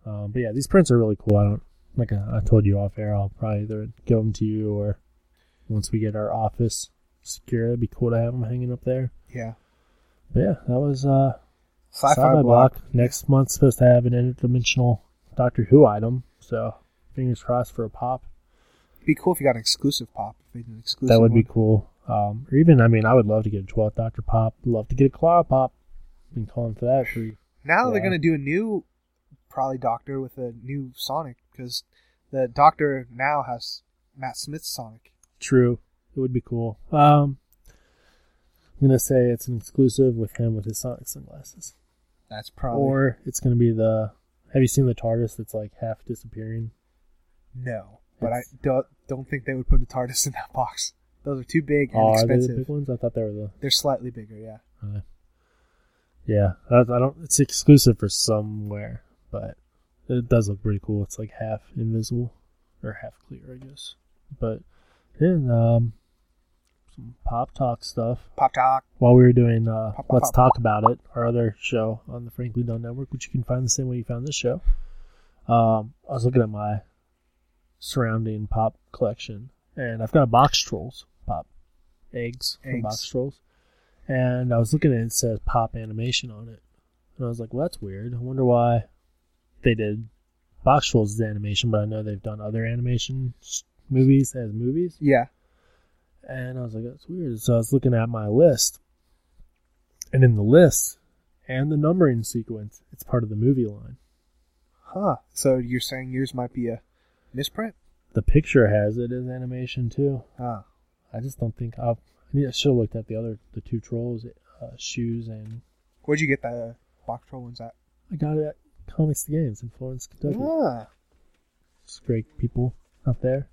Um, but yeah, these prints are really cool. I don't like I, I told you off air. I'll probably either give them to you or once we get our office secure, it'd be cool to have them hanging up there. Yeah. But yeah, that was uh, Sci-fi, Sci-Fi block. Next month's supposed to have an interdimensional Doctor Who item, so fingers crossed for a pop. It'd be cool if you got an exclusive pop. If they did an exclusive. That would be one. cool. Um, or even, I mean, I would love to get a 12th Doctor pop. Love to get a Claw pop. Been calling for that for Now they're Yeah. gonna do a new, probably Doctor with a new Sonic because the Doctor now has Matt Smith's Sonic. True. It would be cool. Um, I'm gonna say it's an exclusive with him with his Sonic sunglasses, That's probably or it's gonna be the. Have you seen the TARDIS that's like half disappearing? no. But I It's- don't don't think they would put a TARDIS in that box. Those are too big and Oh, are they the expensive. big ones? I thought they were the. uh, They're slightly bigger, yeah. Yeah, I, I don't. It's exclusive for somewhere, but it does look pretty cool. It's like half invisible or half clear, I guess. But then um, some pop talk stuff. Pop talk. while we were doing uh, Pop, pop, Let's pop. Talk About It, our other show on the Frankly Done Network, which you can find the same way you found this show, um, I was looking at my surrounding pop collection, and I've got a box trolls pop eggs, from Eggs. box trolls, and I was looking at it, it says pop animation on it, and I was like, well, that's weird. I wonder why they did box trolls as animation, but I know they've done other animation s- movies as movies. Yeah. And I was like, that's weird. So I was looking at my list. And in the list and the numbering sequence, it's part of the movie line. Huh. So you're saying yours might be a misprint? The picture has it as animation too. Ah. I just don't think I've, I need- I should have looked at the other the two trolls uh, shoes and Where'd you get the box troll ones at? I got it at Comics to Games in Florence, Kentucky. Ah. It's great people out there.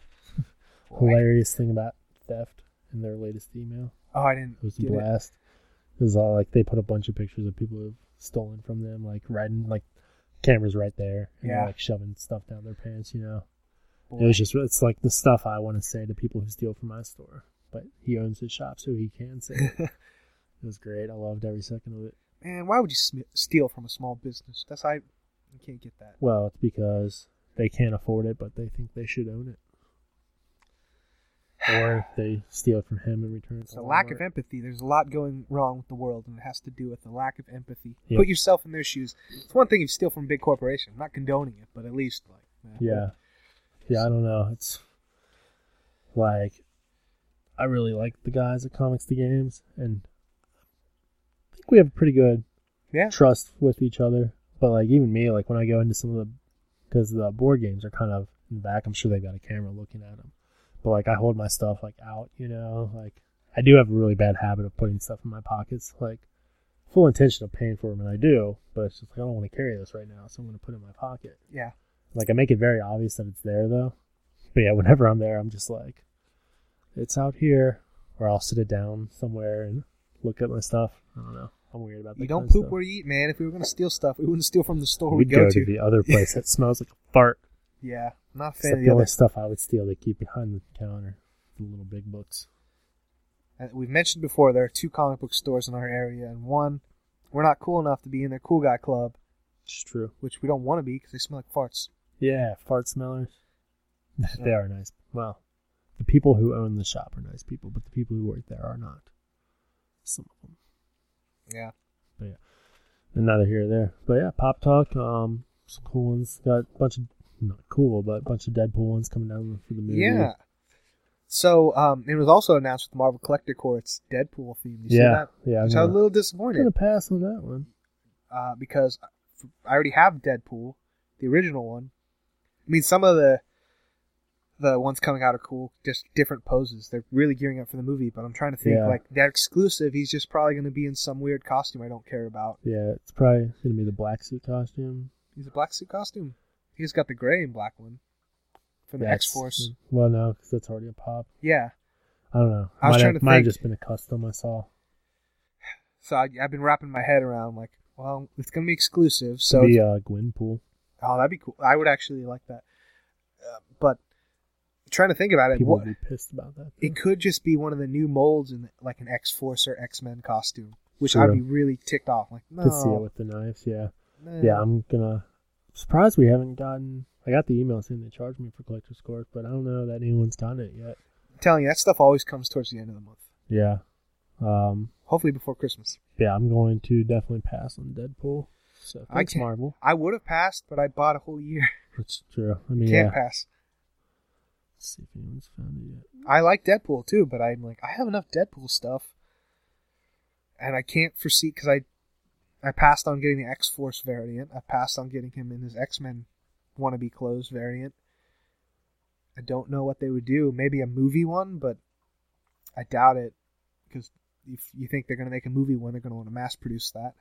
Hilarious thing about theft in their latest email. Oh, I didn't. It was a get it. blast. It. was all like they put a bunch of pictures of people who've stolen from them, like riding like cameras right there, and they're Yeah. like shoving stuff down their pants. You know, Boy. it was just it's like the stuff I want to say to people who steal from my store, but he owns his shop, so he can say <laughs> it. it was great. I loved every second of it. Man, why would you sm- steal from a small business? That's I, I can't get that. Well, it's because they can't afford it, but they think they should own it. or they steal it from him and return it. It's to a lack of Walmart. empathy. There's a lot going wrong with the world, and it has to do with the lack of empathy. Yeah. Put yourself in their shoes. It's one thing if you steal from a big corporation. I'm not condoning it, but at least like Yeah, yeah. I don't know. It's like I really like the guys at Comics to Games, and I think we have a pretty good yeah, trust with each other. But like even me, like when I go into some of the, because the board games are kind of in the back. I'm sure they've got a camera looking at them. But like I hold my stuff like out, you know. Like I do have a really bad habit of putting stuff in my pockets, like full intention of paying for them, and I do. But it's just like I don't want to carry this right now, so I'm going to put it in my pocket. yeah. Like I make it very obvious that it's there though. But yeah, <laughs> whenever I'm there, I'm just like, it's out here, or I'll sit it down somewhere and look at my stuff. I don't know. I'm weird about that. You kind don't of poop stuff where you eat, man. If we were gonna steal stuff, we wouldn't steal from the store we we'd go, to. the other place that smells like a fart. Yeah, I'm not <laughs> a fan Except of the the only other. stuff I would steal they keep behind the counter, the little big books. uh, We've mentioned before there are two comic book stores in our area, and one we're not cool enough to be in their cool guy club, It's true. which we don't want to be because they smell like farts. Yeah, fart smellers. <laughs> they are nice. Well, the people who own the shop are nice people, but the people who work there are not. Some of them. Yeah, But yeah, they're neither here or there. But yeah, Pop Talk, um, some cool ones. Got a bunch of, not cool, but a bunch of Deadpool ones coming down for the movie. yeah. So um, it was also announced with Marvel Collector Core it's Deadpool theme. You see Yeah. that? Yeah. I'm Which I was a gonna, little I'm disappointed. gonna pass on that one. uh, because I already have Deadpool, the original one. I mean, some of the the ones coming out are cool, just different poses. They're really gearing up for the movie, but I'm trying to think Yeah. like that exclusive. He's just probably going to be in some weird costume I don't care about. Yeah, it's probably gonna be the black suit costume. He's a black suit costume. He's got the gray and black one from the Yeah, X Force. it's- Well, no, because that's already a pop. Yeah, I don't know. I was might trying have, to might have think. just been a custom I saw. so I, I've been wrapping my head around like, well, it's going to be exclusive, so So be uh, Gwenpool. oh, that'd be cool. I would actually like that. Uh, but trying to think about it, People what, would be pissed about that. It could just be one of the new molds in like an X Force or X Men costume, which Sure. I'd be really ticked off. Like, no, Could see it with the knives. Yeah, no. yeah. I'm gonna surprised we haven't gotten. I got the email saying they charged me for collector's court, but I don't know that anyone's gotten it yet. I'm telling you, that stuff always comes towards the end of the month. Yeah. Um. Hopefully before Christmas. Yeah, I'm going to definitely pass on Deadpool. So I thanks, can't- Marvel. I would have passed, but I bought a whole year. That's true. I mean, yeah. Can't pass. Let's see if anyone's found it yet. I like Deadpool too, but I'm like, I have enough Deadpool stuff, and I can't foresee because I, I passed on getting the X Force variant. I passed on getting him in his X Men wannabe clothes variant. I don't know what they would do. Maybe a movie one, but I doubt it because if you think they're going to make a movie one, they're going to want to mass produce that.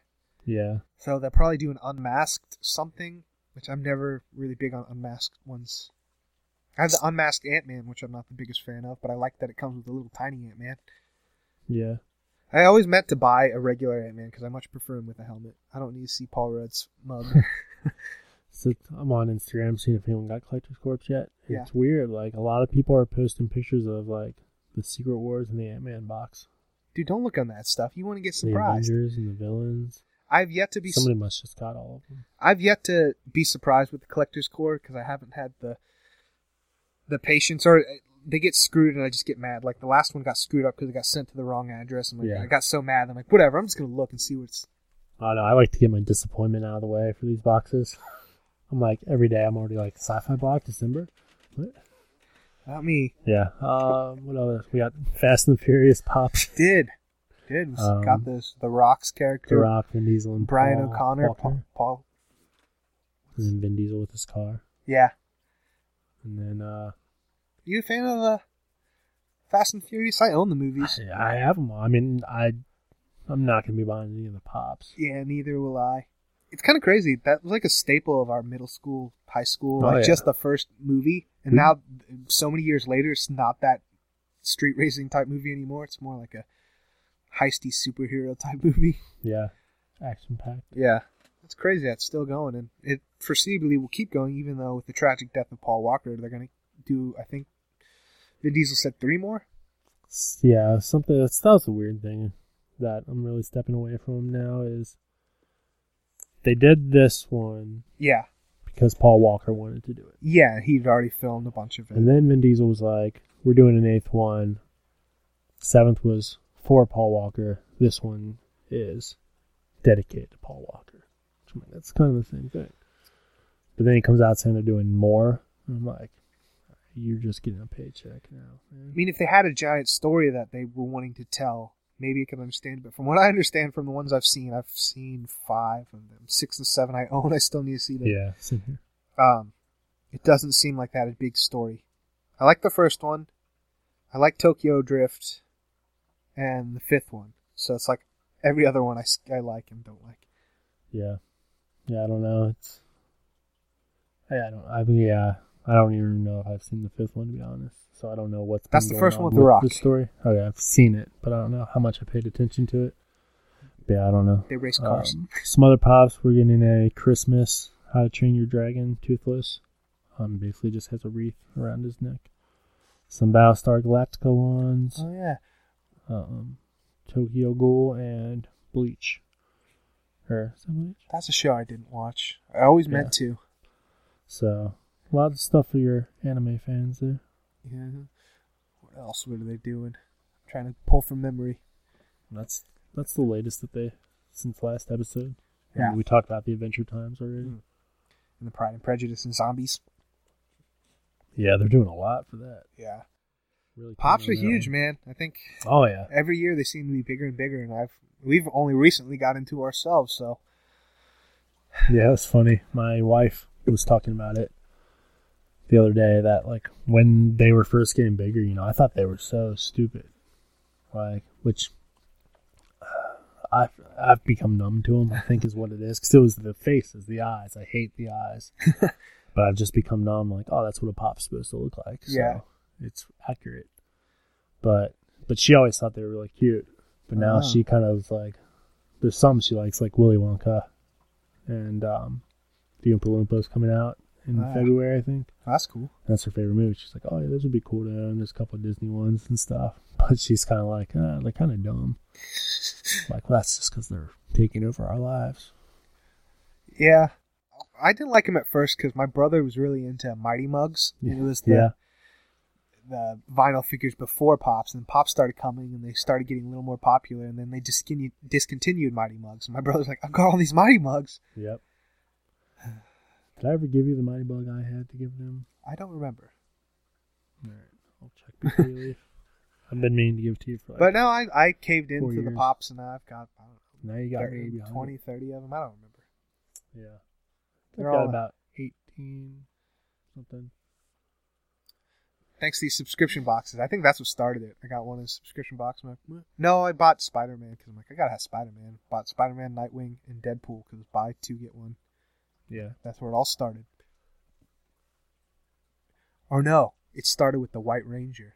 Yeah. So they'll probably do an unmasked something, which I'm never really big on unmasked ones. I have the unmasked Ant Man, which I'm not the biggest fan of, but I like that it comes with a little tiny Ant Man. Yeah. I always meant to buy a regular Ant Man because I much prefer him with a helmet. I don't need to see Paul Rudd's mug. So I'm on Instagram seeing if anyone got Collector's Corpse yet. Yeah. It's weird. Like a lot of people are posting pictures of like the Secret Wars and the Ant Man box, Dude, don't look on that stuff. You want to get the surprised. Avengers and the villains. I've yet to be Somebody must just got all of them. I've yet to be surprised with the collector's core because I haven't had the the patience or uh, they get screwed and I just get mad. Like the last one got screwed up because it got sent to the wrong address. and like, Yeah. I got so mad. I'm like, whatever. I'm just gonna look and see what's. I don't know. I like to get my disappointment out of the way for these boxes. I'm like every day. I'm already like sci-fi block December. What? Not me. Yeah. Um. What else? We got Fast and the Furious pop. Did did was, Um, got this the Rock's The character Rock, Vin Diesel, and Brian Paul O'Connor Walker. Paul, Paul. and then Vin Diesel with his car, Yeah, and then uh, you a fan of uh, Fast and Furious? I own the movies. yeah, I have them all. I mean, I, I'm not gonna be buying any of the pops. Yeah, neither will I. It's kind of crazy. That was like a staple of our middle school, high school, Oh, like yeah. Hmm? just the first movie. And We- now, so many years later, it's not that street racing type movie anymore. It's more like a heisty superhero type <laughs> movie. Yeah, action packed. Yeah. It's crazy that's still going. And it foreseeably will keep going, even though with the tragic death of Paul Walker, they're going to do, I think, Vin Diesel said three more. S- Yeah, something that's that was a weird thing that I'm really stepping away from now is they did this one Yeah. because Paul Walker wanted to do it, Yeah. He'd already filmed a bunch of it. and then Vin Diesel was like, We're doing an eighth one. Seventh was for Paul Walker. This one is dedicated to Paul Walker. Which I'm like, that's kind of the same thing. But then he comes out saying they're doing more. And I'm like, you're just getting a paycheck now. man." I mean, if they had a giant story that they were wanting to tell, maybe I could understand. But from what I understand from the ones I've seen, I've seen five of them, six and seven I own. <laughs> I still need to see them. Yeah, same here. Um, it doesn't seem like that a big story. I like the first one. I like Tokyo Drift, and the fifth one. So it's like every other one I, s- I like and don't like. Yeah, yeah. I don't know. It's I, I don't. I yeah. I don't even know if I've seen the fifth one to be honest. So I don't know what's been That's the going first on one with The Rock. The story. Okay, I've seen it, but I don't know how much I paid attention to it. But yeah, I don't know. They race cars. Um, some other pops. We're getting a Christmas How to Train Your Dragon Toothless. Um, basically just has a wreath around his neck. Some Battlestar Galactica ones oh yeah, um, Tokyo Ghoul and Bleach. Or is that Bleach? that's a show I didn't watch. I always meant to. So, lots of stuff for your anime fans there. Yeah. What else were they doing? I'm trying to pull from memory. That's that's the latest that they since last episode. I Yeah. mean, we talked about the Adventure Times already. Mm. And the Pride and Prejudice and zombies. Yeah, they're doing a lot for that. Yeah. Really, Pops are counting on huge, that man. I think one. Oh yeah, every year they seem to be bigger and bigger, and I've we've only recently got into ourselves. So yeah. It's funny. My wife was talking about it the other day that like when they were first getting bigger, you know, I thought they were so stupid. Like, which I've I've become numb to them. I think is what it is. Because it was the faces, the eyes. I hate the <laughs> eyes, but I've just become numb. Like, oh, that's what a pop's supposed to look like. Yeah. so it's accurate. But but she always thought they were really cute. But now Ah. she kind of like there's some she likes like Willy Wonka, and um, the Oompa Loompas coming out in Ah. February, I think. that's cool. That's her favorite movie. She's like, oh yeah, those would be cool to own. There's a couple of Disney ones and stuff. <laughs> But she's kind of like, ah, they're kind <laughs> of dumb. like, well, that's just because they're taking over our lives. Yeah, I didn't like him at first because my brother was really into Mighty Mugs. It was the Yeah, the vinyl figures before Pops, and Pops started coming, and they started getting a little more popular, and then they discontinued, discontinued Mighty Mugs. And my brother's like, I've got all these Mighty Mugs. yep. Did I ever give you the mighty bug I had to give them? I don't remember. All right, I'll check before you <laughs> leave. I've been meaning to give it to you for like. But no, I, I caved Four into the years. Pops, and I've got I don't now you got know, me 30, behind. 20, 30 of them. I don't remember. it. Yeah, I've They're got all- about eighteen something. Thanks to these subscription boxes. I think that's what started it. I got one in a subscription box. I'm like, "Meh." no, I bought Spider Man because I'm like, I gotta have Spider Man. Bought Spider Man, Nightwing, and Deadpool because buy two get one. Yeah, That's where it all started. Or no, it started with the White Ranger.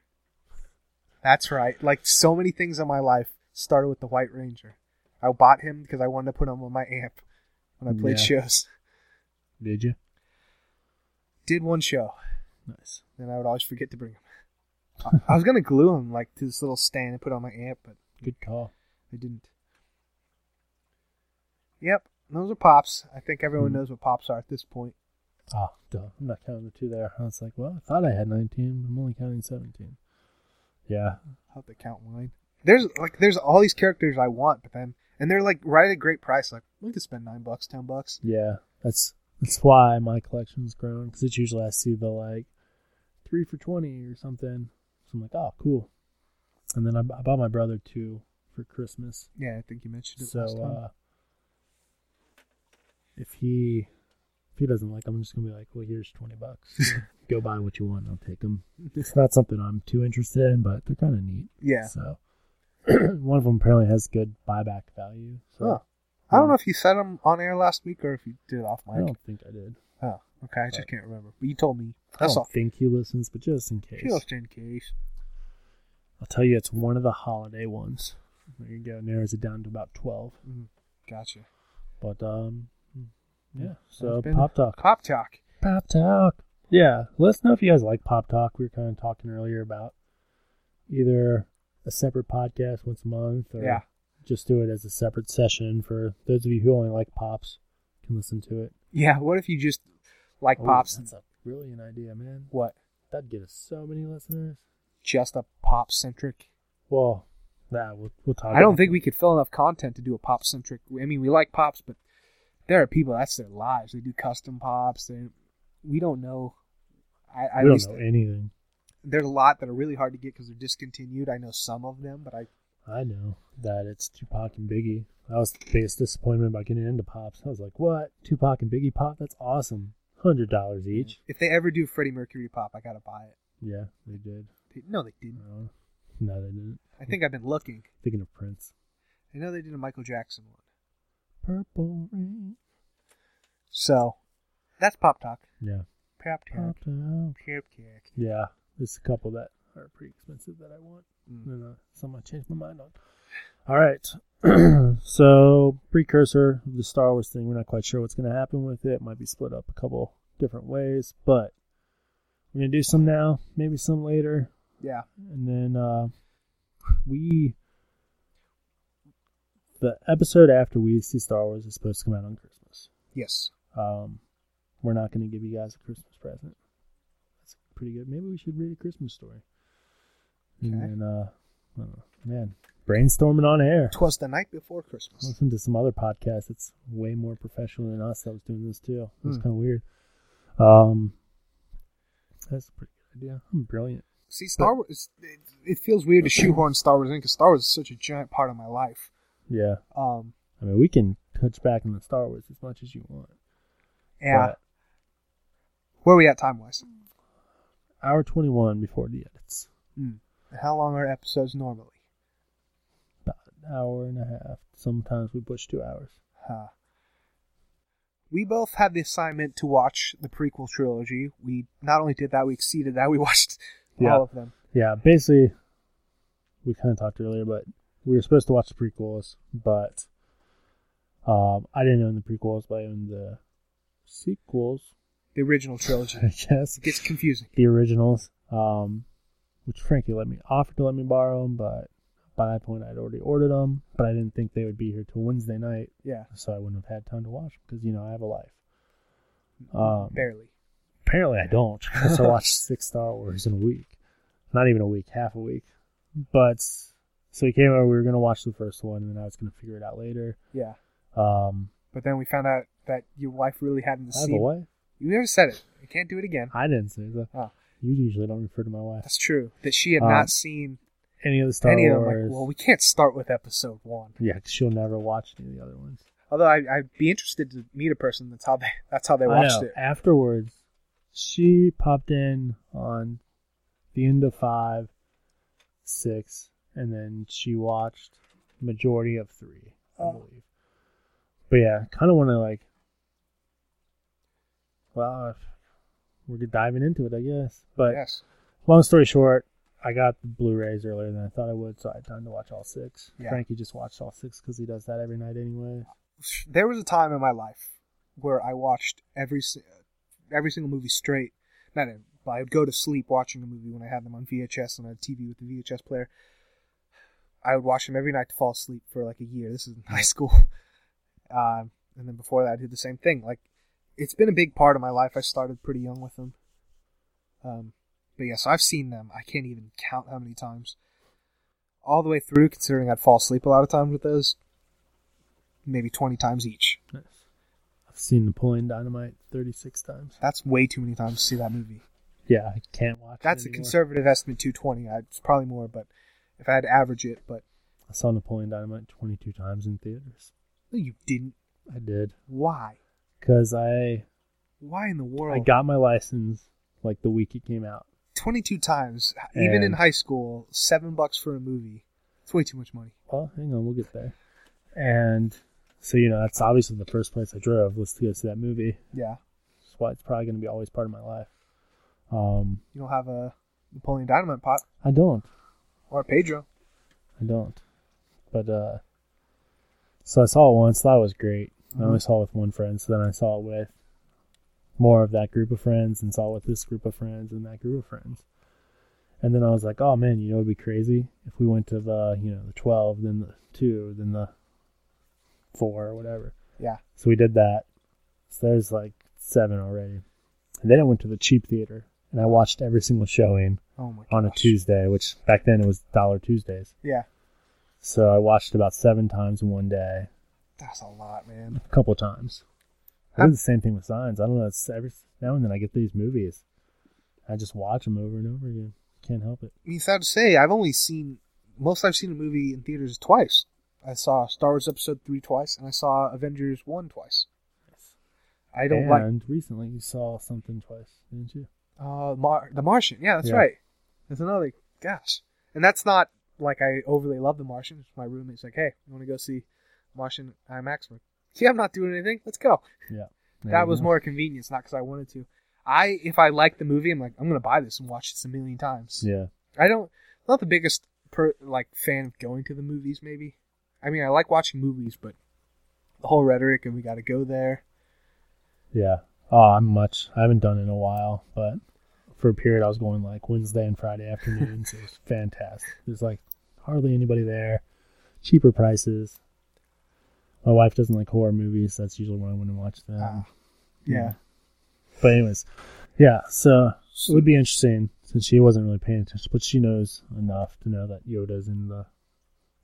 That's right. Like so many things in my life started with the White Ranger. I bought him because I wanted to put him on my amp when I played Yeah. shows. did you? Did one show, Nice. then I would always forget to bring him. I, I was gonna glue him like to this little stand and put it on my amp, but Good call. I didn't. Yep, those are pops. I think everyone Hmm. knows what pops are at this point. Ah, duh. I'm not counting the two there. I was like, well, I thought I had 19. I'm only counting 17. Yeah. How'd they count mine? There's like there's all these characters I want, but then and they're like right at a great price. Like we could spend nine bucks, ten bucks. Yeah. That's that's why my collection's grown because it's usually I see the like three for 20 or something. So I'm like, oh, cool. And then I, b- I bought my brother two for Christmas. Yeah, I think you mentioned it So last time. uh, if he if he doesn't like them, I'm just gonna be like, well, here's 20 <laughs> bucks. Go buy what you want. and I'll take them. It's not something I'm too interested in, but they're kind of neat. yeah, So <clears throat> one of them apparently has good buyback value. So Huh. I don't know if you said them on air last week or if you did it off I mic. don't think I did. Oh, okay, I just Right. can't remember. But you told me. I That's don't all. think he listens, but just in Oh, case, Just in case. I'll tell you it's one of the holiday ones. There you go. Narrows it down to about twelve. Mm-hmm. Gotcha. But um, yeah. that's So been- pop talk, Pop talk. pop talk. Yeah, let us know if you guys like pop talk. We were kind of talking earlier about either a separate podcast once a month, or Yeah. just do it as a separate session for those of you who only like pops can listen to it. Yeah. What if you just like Oh, pops? That's a brilliant idea, man. What? That'd get us so many listeners. just a pop centric. Well, nah, we'll, we'll talk. I don't about think we could fill enough content to do a pop centric. I mean, we like pops, but there are people that's their lives. They do custom pops. They, we don't know. I, We at don't least know anything. there's a lot that are really hard to get because they're discontinued. I know some of them, but I I know that it's Tupac and Biggie. That was the biggest disappointment about getting into pops. I was like, what? Tupac and Biggie pop? That's awesome. Hundred dollars each. if they ever do Freddie Mercury pop, I gotta buy it. Yeah, they did. They- No, they didn't. No, no, they didn't. I think I've been looking. Thinking of Prince. I know they did a Michael Jackson one. Purple rain. So that's pop talk. Yeah. Pop talk. Pop out. Pop talk. Yeah, there's a couple that are pretty expensive that I want. Mm. And uh, some I changed my mind on. All right. <clears throat> so, precursor of the Star Wars thing. We're not quite sure what's going to happen with it. Might be split up a couple different ways, but we're going to do some now, maybe some later. Yeah. And then uh, we. The episode after we see Star Wars is supposed to come out on Christmas. Yes. Um, we're not going to give you guys a Christmas present. That's pretty good. Maybe we should read a Christmas story. Okay. And then, uh, I don't know. man, brainstorming on air. Twas the night before Christmas. Listen to some other podcast that's way more professional than us that was doing this too. It was Hmm. kind of weird. Um, that's a pretty good idea. I'm brilliant. See, Star Wars. It, it feels weird to shoehorn Star Wars in because Star Wars is such a giant part of my life. Yeah. Um. I mean, we can touch back on the Star Wars as much as you want. Yeah. but Where we at time wise? hour 21 before the edits. Mm. And How long are episodes normally? About an hour and a half. Sometimes we push two hours. Huh. We both had the assignment to watch the prequel trilogy. We not only did that, we exceeded that. We <laughs> watched Yeah. all of them. Yeah, basically, we kind of talked earlier, but we were supposed to watch the prequels, but um, I didn't own the prequels, but I owned the sequels, <laughs> The original <laughs> trilogy. I guess, it gets confusing. the originals, um, which Frankie let me offered to let me borrow them, but by that point I'd already ordered them, but I didn't think they would be here till Wednesday night, Yeah. so I wouldn't have had time to watch because you know I have a life. Um, Barely. Apparently, I don't. 'cause I <laughs> watched six Star Wars in a week. Not even a week, half a week. But so we came over. We were gonna watch the first one, and then I was gonna figure it out later. Yeah. Um, But then we found out that your wife really hadn't I have a seen. wife. You never said it. You can't do it again. I didn't say that. Oh. You usually don't refer to my wife. That's true. That she had Um, not seen Any of the Star any of them. Wars? Like, well, we can't start with episode one. Yeah, 'cause she'll never watch any of the other ones. Although I, I'd be interested to meet a person that's how they that's how they I watched know. it. Afterwards, she popped in on the end of five, six, and then she watched majority of three, I Oh. believe. But yeah, kind of want to like. Well, if- we're diving into it, I guess. But yes. long story short, I got the Blu-rays earlier than I thought I would, so I had time to watch all six. Yeah. Frankie just watched all six because he does that every night anyway. There was a time in my life where I watched every si- every single movie straight. Not in, but I would go to sleep watching a movie when I had them on VHS on a TV with the VHS player. I would watch them every night to fall asleep for like a year. This is in <laughs> high school, um, and then before that, I did the same thing. Like, it's been a big part of my life. I started pretty young with them, um, but yes, I've seen them. I can't even count how many times, all the way through. Considering I'd fall asleep a lot of times with those, maybe twenty times each. Nice. I've seen Napoleon Dynamite 36 times. That's way too many times to see that movie. Yeah, I can't watch. That's a it anymore. conservative estimate, 220. I, it's probably more, but if I had to average it, but I saw Napoleon Dynamite 22 times in theaters. no, you didn't. I did Why? because I Why in the world? I got my license like the week it came out. 22 times, even in And- high school, seven bucks for a movie. It's way too much money. Well, hang on, we'll get there. And so you know, that's obviously the first place I drove was to go see that movie. Yeah. That's why it's probably going to be always part of my life. Um, You don't have a Napoleon Dynamite pot I don't. or a Pedro. I don't. But uh so I saw it once, that was great. Mm-hmm. I only saw it with one friend, so then I saw it with more of that group of friends and saw it with this group of friends and that group of friends. And then I was like, Oh man, you know it'd be crazy if we went to the you know, the twelve, then the two, then the four or whatever. Yeah. So we did that. So there's like seven already. And then I went to the cheap theater and I watched every single showing Oh my. on a gosh. Tuesday, which back then it was Dollar Tuesdays. Yeah, So I watched about seven times in one day, that's a lot, man. a couple times. I did the same thing with signs. I don't know. It's every now and then I get these movies. I just watch them over and over again. Can't help it. I mean, sad to say, I've only seen most I've seen a movie in theaters is twice. I saw Star Wars Episode Three twice, and I saw Avengers One twice. I don't and like recently you saw something twice, didn't you? uh, Mar- The Martian. Yeah, that's Yeah. right. That's another. Gosh, and that's not like I overly love The Martian. My roommate's like, "Hey, you want to go see Martian IMAX?" I'm like, yeah, I'm not doing anything. Let's go. Yeah. There you That was go. more a convenience, not because I wanted to. I, if I like the movie, I'm like, I'm gonna buy this and watch this a million times. Yeah. I don't I'm not the biggest per, like fan of going to the movies. Maybe I mean I like watching movies, but the whole rhetoric and we got to go there. Yeah. Oh, I'm much. I haven't done it in a while, but for a period I was going like Wednesday and Friday afternoons. it <laughs> was fantastic. There's like hardly anybody there, cheaper prices. My wife doesn't like horror movies. so That's usually when I went and watch them. Ah, Yeah, But anyways, yeah. So it would be interesting since she wasn't really paying attention, but she knows enough to know that Yoda's in the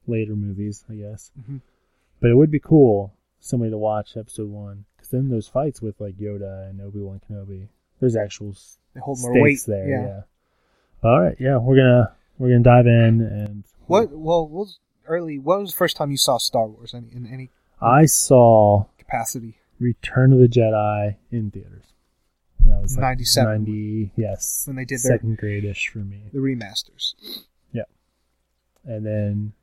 later movies, I guess. Mhm. But it would be cool somebody to watch Episode One because then those fights with like Yoda and Obi Wan Kenobi, there's actual s- they hold more weight stakes there. Yeah. All right. Yeah, we're gonna we're gonna dive in and What? Well, what was early? What was the first time you saw Star Wars in, in any I saw capacity? Return of the Jedi in theaters. And that was like 97. 90, yes. When they did their- second grade ish for me. The remasters. and then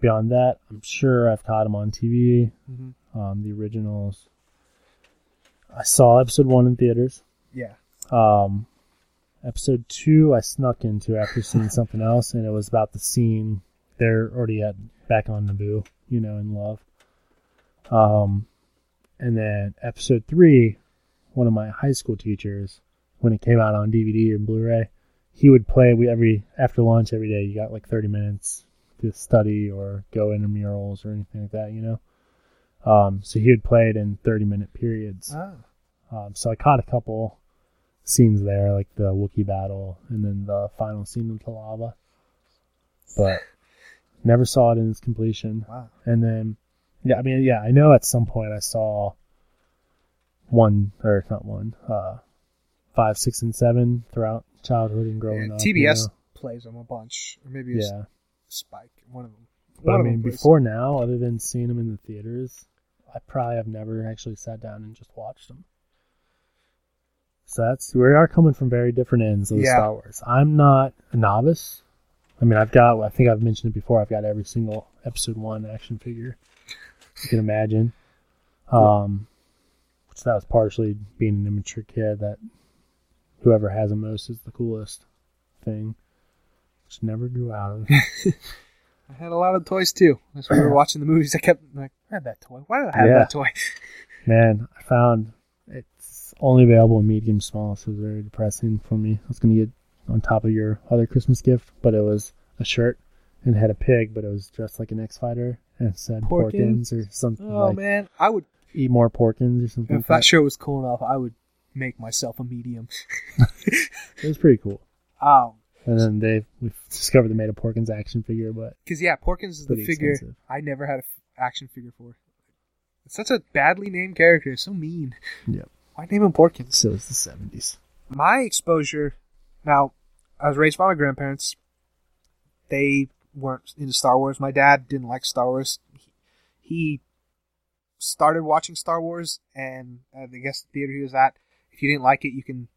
beyond that, I'm sure I've caught them on TV, hmm um, the originals. I saw episode one in theaters. Yeah. Um, episode two, I snuck into after seeing something else, and it was about the scene they're already at back on Naboo, you know, in love. Um, and then episode three, one of my high school teachers, when it came out on DVD and Blu-ray, he would play we every after lunch every day. You got like thirty minutes to study or go into murals or anything like that, you know. Um, so he would play it in thirty-minute periods. Oh. Um, so I caught a couple scenes there, like the Wookiee battle and then the final scene with the lava. But never saw it in its completion. Wow. And then, yeah, I mean, yeah, I know at some point I saw one, or not one, uh, five, six, and seven throughout childhood and growing Yeah, up. you TBS know? plays them a bunch, or maybe it's Yeah. Spike. One of them. But I One of mean, them plays. before now, other than seeing them in the theaters, I probably have never actually sat down and just watched them. So that's we are coming from very different ends of the Yeah. Star Wars. I'm not a novice. I mean, I've got I think I've mentioned it before. I've got every single episode one action figure you can imagine. Um, so that was partially being an immature kid that whoever has the most is the coolest thing, which never grew out of. I had a lot of toys too. That's when we were <clears throat> watching the movies. I kept like, I had that toy. Why do I have Yeah. that <laughs> toy? Man, I found it's only available in medium small, so it's very depressing for me. I was gonna get on top of your other Christmas gift, but it was a shirt and had a pig, but it was dressed like an X fighter and it said Porkins, Porkins? or something Oh like man, I would eat more Porkins or something. If Like that that. show was cool enough, I would make myself a medium. It was pretty cool. Um, And then they we discovered they made a Porkins action figure, but because yeah, Porkins is Pretty the figure expensive. I never had an action figure for. It's such a badly named character. It's so mean. Yep. Why name him Porkins? so it's the seventies. My exposure. Now, I was raised by my grandparents. They weren't into Star Wars. My dad didn't like Star Wars. He, he started watching Star Wars, and uh, I guess the theater he was at, if you didn't like it, you can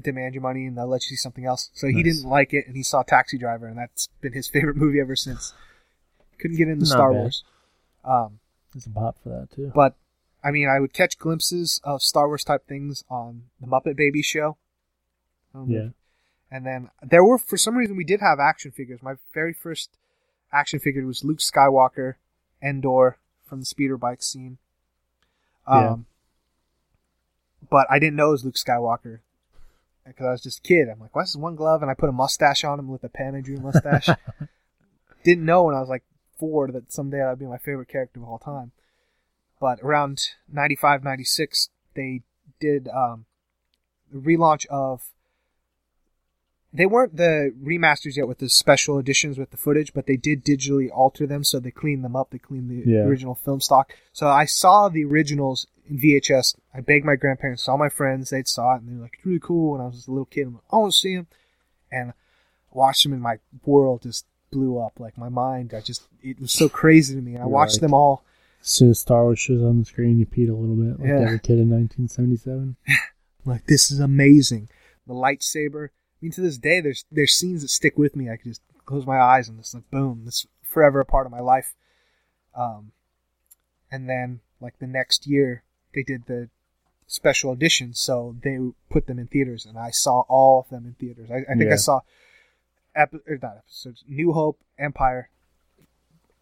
demand your money and they'll let you see something else. So he Nice. didn't like it, and he saw Taxi Driver, and that's been his <laughs> favorite movie ever since. Couldn't get into Not Star bad. Wars. Um, There's a pop for that too. but I mean, I would catch glimpses of Star Wars type things on the Muppet Baby show. Um, Yeah. And then there were, for some reason, we did have action figures. My very first action figure was Luke Skywalker, Endor from the speeder bike scene. Um, Yeah. But I didn't know it was Luke Skywalker because I was just a kid. I'm like, why is this one glove? And I put a mustache on him with a pen. I drew a <laughs> mustache. didn't know when I was like four that someday that'd be my favorite character of all time. But around 95, 96, they did um, the relaunch of They weren't the remasters yet with the special editions with the footage, but they did digitally alter them, so they cleaned them up. They cleaned the Yeah. original film stock. So I saw the originals in VHS. I begged my grandparents, all my friends, they saw it, and they were like, "It's really cool." When I was a little kid, I'm like, "I want to see them," and watched them, and my world just blew up. Like my mind, I just it was so crazy to me. I watched Right. them all. As soon as Star Wars shows on the screen, you peed a little bit, like Yeah. every kid in 1977. I'm like, this is amazing. The lightsaber. I mean, to this day, there's there's scenes that stick with me. I can just close my eyes and it's like, boom, this is forever a part of my life. Um, and then like the next year, they did the special edition, so they put them in theaters, and I saw all of them in theaters. I, I think Yeah. I saw, epi- or not episodes, New Hope, Empire,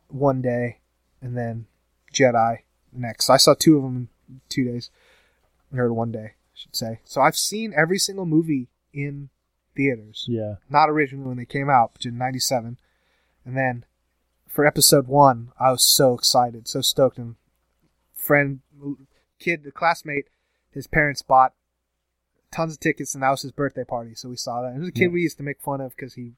one day, and then Jedi next. I saw two of them in two days, or one day, I should say. So I've seen every single movie in theaters. Yeah. Not originally when they came out, which in '97, and then for episode one, I was so excited, so stoked, and friend, kid, the classmate, his parents bought tons of tickets, and that was his birthday party, so we saw that. It was a kid Yeah. we used to make fun of because he,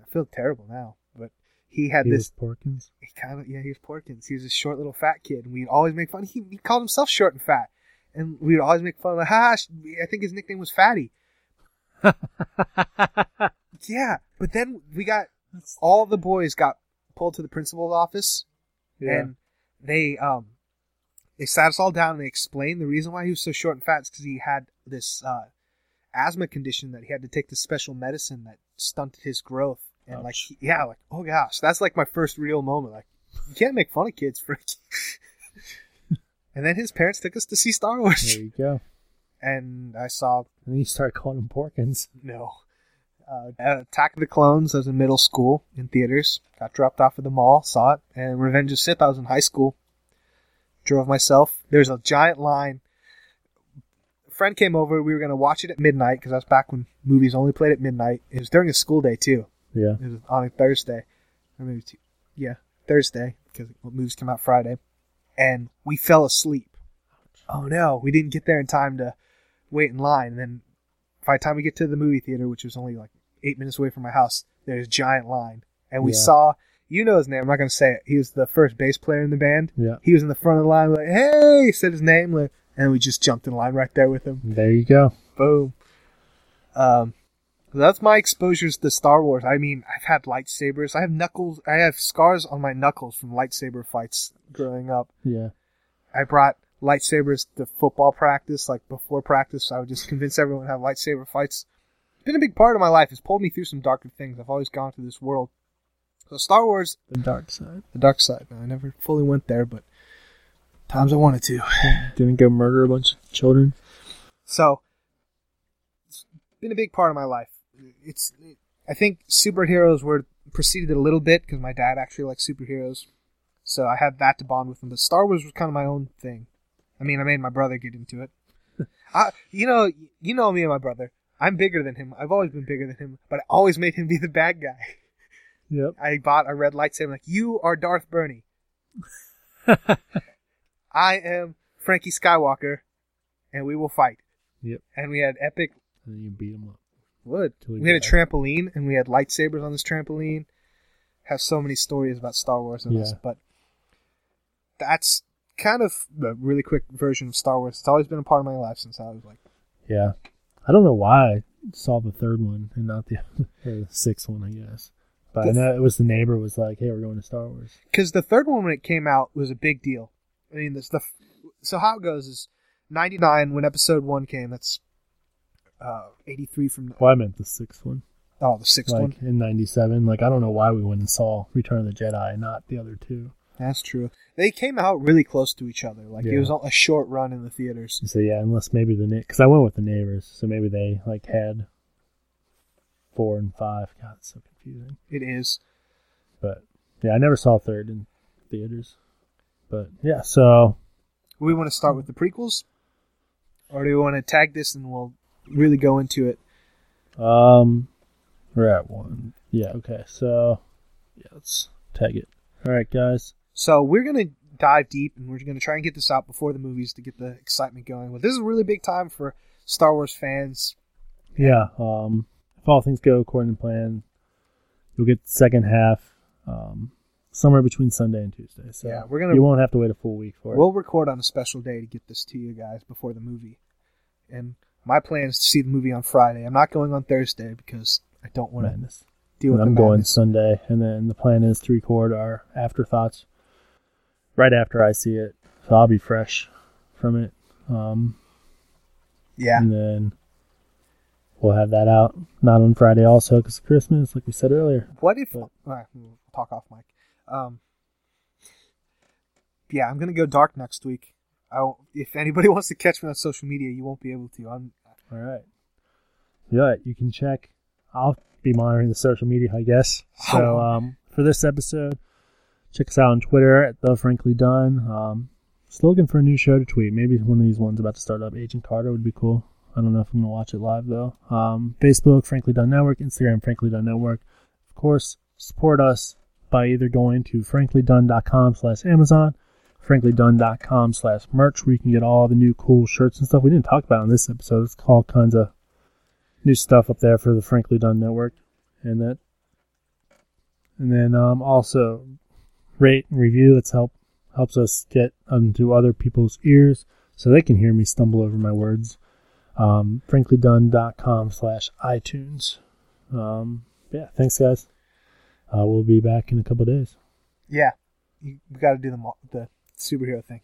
I feel terrible now, but he had He this was Porkins. he kind of yeah he was Porkins. He was a short little fat kid, and we'd always make fun. He he called himself short and fat, and we'd always make fun of. him, Ha! ha, sh- I think his nickname was Fatty. Yeah, but then we got all the boys got pulled to the principal's office, and they um they sat us all down and they explained the reason why he was so short and fat is because he had this uh, asthma condition that he had to take this special medicine that stunted his growth. And like, Ouch. he- yeah, like, oh gosh, that's like my first real moment. Like, you can't make fun of kids, <laughs> Frank. and then his parents took us to see Star Wars, there you go. and I saw And then you start calling him Porkins. no. Uh, Attack of the Clones, I was in middle school in theaters. Got dropped off at the mall, saw it. And Revenge of the Sith, I was in high school. Drove myself. There was a giant line. friend came over. We were going to watch it at midnight because that's back when movies only played at midnight. It was during a school day, too. Yeah. It was on a Thursday, or maybe two. Yeah, Thursday because movies come out Friday, and we fell asleep. Oh no, we didn't get there in time to wait in line. And then by the time we get to the movie theater, which was only like eight minutes away from my house, there's a giant line, and we Yeah. saw. You know his name. I'm not gonna say it. He was the first bass player in the band. Yeah. He was in the front of the line, like, "Hey!" He said his name, like, and we just jumped in line right there with him. There you go. Boom. Um, that's my exposures to Star Wars. I mean, I've had lightsabers. I have knuckles. I have scars on my knuckles from lightsaber fights growing up. Yeah. I brought lightsabers to football practice. Like before practice, I would just convince everyone to have lightsaber fights. It's been a big part of my life. It's pulled me through some darker things. I've always gone through this world. So Star Wars, The dark side. the dark side. Now, I never fully went there, but times I wanted to. Didn't go murder a bunch of children. So it's been a big part of my life. It's I think superheroes were preceded a little bit because my dad actually likes superheroes, so I had that to bond with them. But Star Wars was kind of my own thing. I mean, I made my brother get into it. I, you know, you know me and my brother. I'm bigger than him. I've always been bigger than him, but I always made him be the bad guy. Yep. I bought a red lightsaber. Like you are Darth <laughs> Bernie. I am Frankie Skywalker, and we will fight. Yep. And we had epic And then you beat him up. wood. Till we We had a die. trampoline, and we had lightsabers on this trampoline. Have so many stories about Star Wars and us, Yeah. but that's kind of a really quick version of Star Wars. It's always been a part of my life since I was like, Yeah. I don't know why I saw the third one and not the, <laughs> or the sixth one, I guess. But I know it was the neighbor was like, hey, we're going to Star Wars. because the third one when it came out was a big deal. I mean, this the so how it goes is ninety nine when episode one came. That's uh, eighty three from Well, I meant the sixth one. oh the sixth like one. in 97. Like, I don't know why we went and saw Return of the Jedi and not the other two. That's true. They came out really close to each other. Like it Yeah. was a short run in the theaters. So, yeah, unless maybe the because I went with the neighbors. So maybe they, like, had four and five. God, it's so confusing. It is. But yeah, I never saw third in theaters. But yeah, so Do we want to start with the prequels, or do we want to tag this and we'll really go into it? um, we're at one. Yeah. Okay. So yeah, let's tag it. All right, guys. So we're gonna dive deep, and we're gonna try and get this out before the movies to get the excitement going. But this is a really big time for Star Wars fans. Yeah. Um, if all things go according to plan, you'll get the second half um, somewhere between Sunday and Tuesday. So Yeah, we're gonna- you won't have to wait a full week for it. We'll record on a special day to get this to you guys before the movie. And my plan is to see the movie on Friday. I'm not going on Thursday because I don't want to madness. deal with and I'm the going madness. Sunday, and then the plan is to record our afterthoughts right after I see it, so I'll be fresh from it. Um, Yeah, And then we'll have that out not on Friday also because Christmas, like we said earlier. What if But- Alright, we'll talk off mic? Um, yeah, I'm gonna go dark next week. I won't, if anybody <laughs> wants to catch me on social media, you won't be able to. I'm All right. Yeah, you can check. I'll be monitoring the social media, I guess. So um, for this episode, check us out on Twitter at the Frankly Done. Um, still looking for a new show to tweet. Maybe one of these ones about to start up. Agent Carter would be cool. I don't know if I'm gonna watch it live though. Um, Facebook Frankly Done Network, Instagram Frankly Done Network. Of course, support us by either going to franklydone.com slash Amazon, franklydone.com slash merch, where you can get all the new cool shirts and stuff we didn't talk about in this episode. It's all kinds of new stuff up there for the Frankly Done Network and that. And then um, also rate and review. That's help helps us get onto other people's ears so they can hear me stumble over my words. Um, franklydone.com slash iTunes. Um, yeah, thanks guys. Uh, we'll be back in a couple days. yeah. You, we got to do the mo- the superhero thing.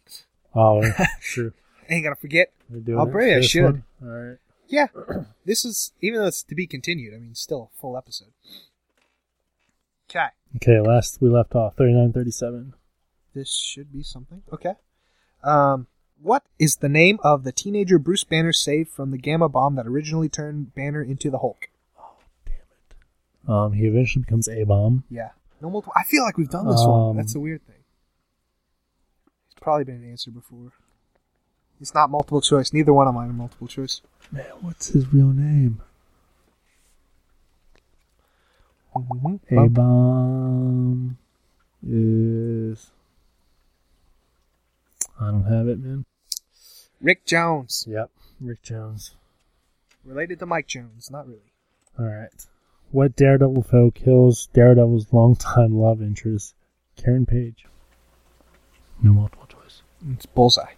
Oh, true. Ain't gonna forget. We're doing I'll it bring it, for this should. one. All right. Yeah, <clears throat> this is even though it's to be continued. I mean, still a full episode. Okay, Okay, last we left off thirty nine thirty seven. this should be something. Okay. Um, what is the name of the teenager Bruce Banner saved from the gamma bomb that originally turned Banner into the Hulk? Um, he eventually becomes a bomb. Yeah. No multiple. I feel like we've done this one. Um, That's the weird thing. It's probably been an answer before. It's not multiple choice. Neither one of mine are multiple choice. Man, what's his real name? A bomb is. I don't have it, man. Rick Jones. Yep, Rick Jones. Related to Mike Jones. Not really. All right. What Daredevil foe kills Daredevil's longtime love interest, Karen Page? No multiple choice. It's Bullseye.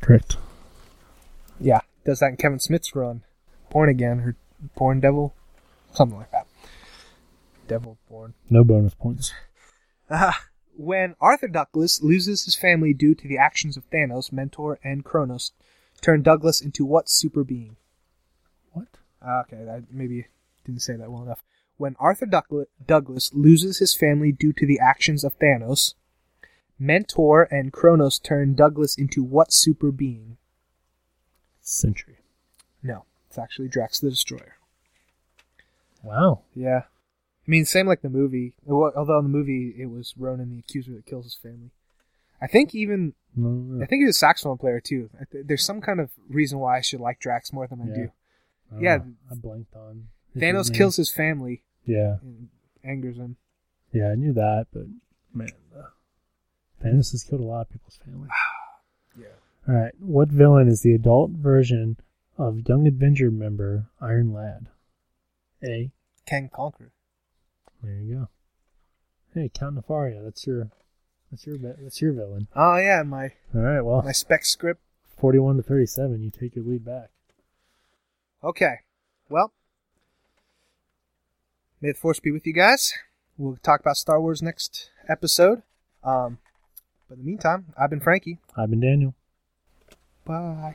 Correct. Yeah. Does that in Kevin Smith's run. Born Again or Born Devil. Something like that. Devil Born. No bonus points. Ah, when Arthur Douglas loses his family due to the actions of Thanos, Mentor, and Kronos, turn Douglas into what super being? What? Ah, okay, I maybe didn't say that well enough. When Arthur Dougla- Douglas loses his family due to the actions of Thanos, Mentor and Kronos turn Douglas into what super being? Century. No, it's actually Drax the Destroyer. Wow. Yeah. I mean, same like the movie. Al- Although in the movie, it was Ronan the Accuser that kills his family. I think even No, I no, think he's a saxophone player too. I th- There's some kind of reason why I should like Drax more than I Yeah. do. no. yeah. I blanked on. his Thanos name. kills his family Yeah. and angers him. Yeah, I knew that, but man, uh, Thanos has killed a lot of people's <sighs> family. Yeah. All right, what villain is the adult version of Young Avenger member Iron Lad? A. Can conquer. There you go. Hey, Count Nefaria, that's your, that's your, vi- that's your villain. Oh yeah, my All right, well, my spec script. forty-one to thirty-seven, you take your lead back. Okay. Well, may the force be with you guys. We'll talk about Star Wars next episode. Um, but in the meantime, I've been Frankie. I've been Daniel. Bye.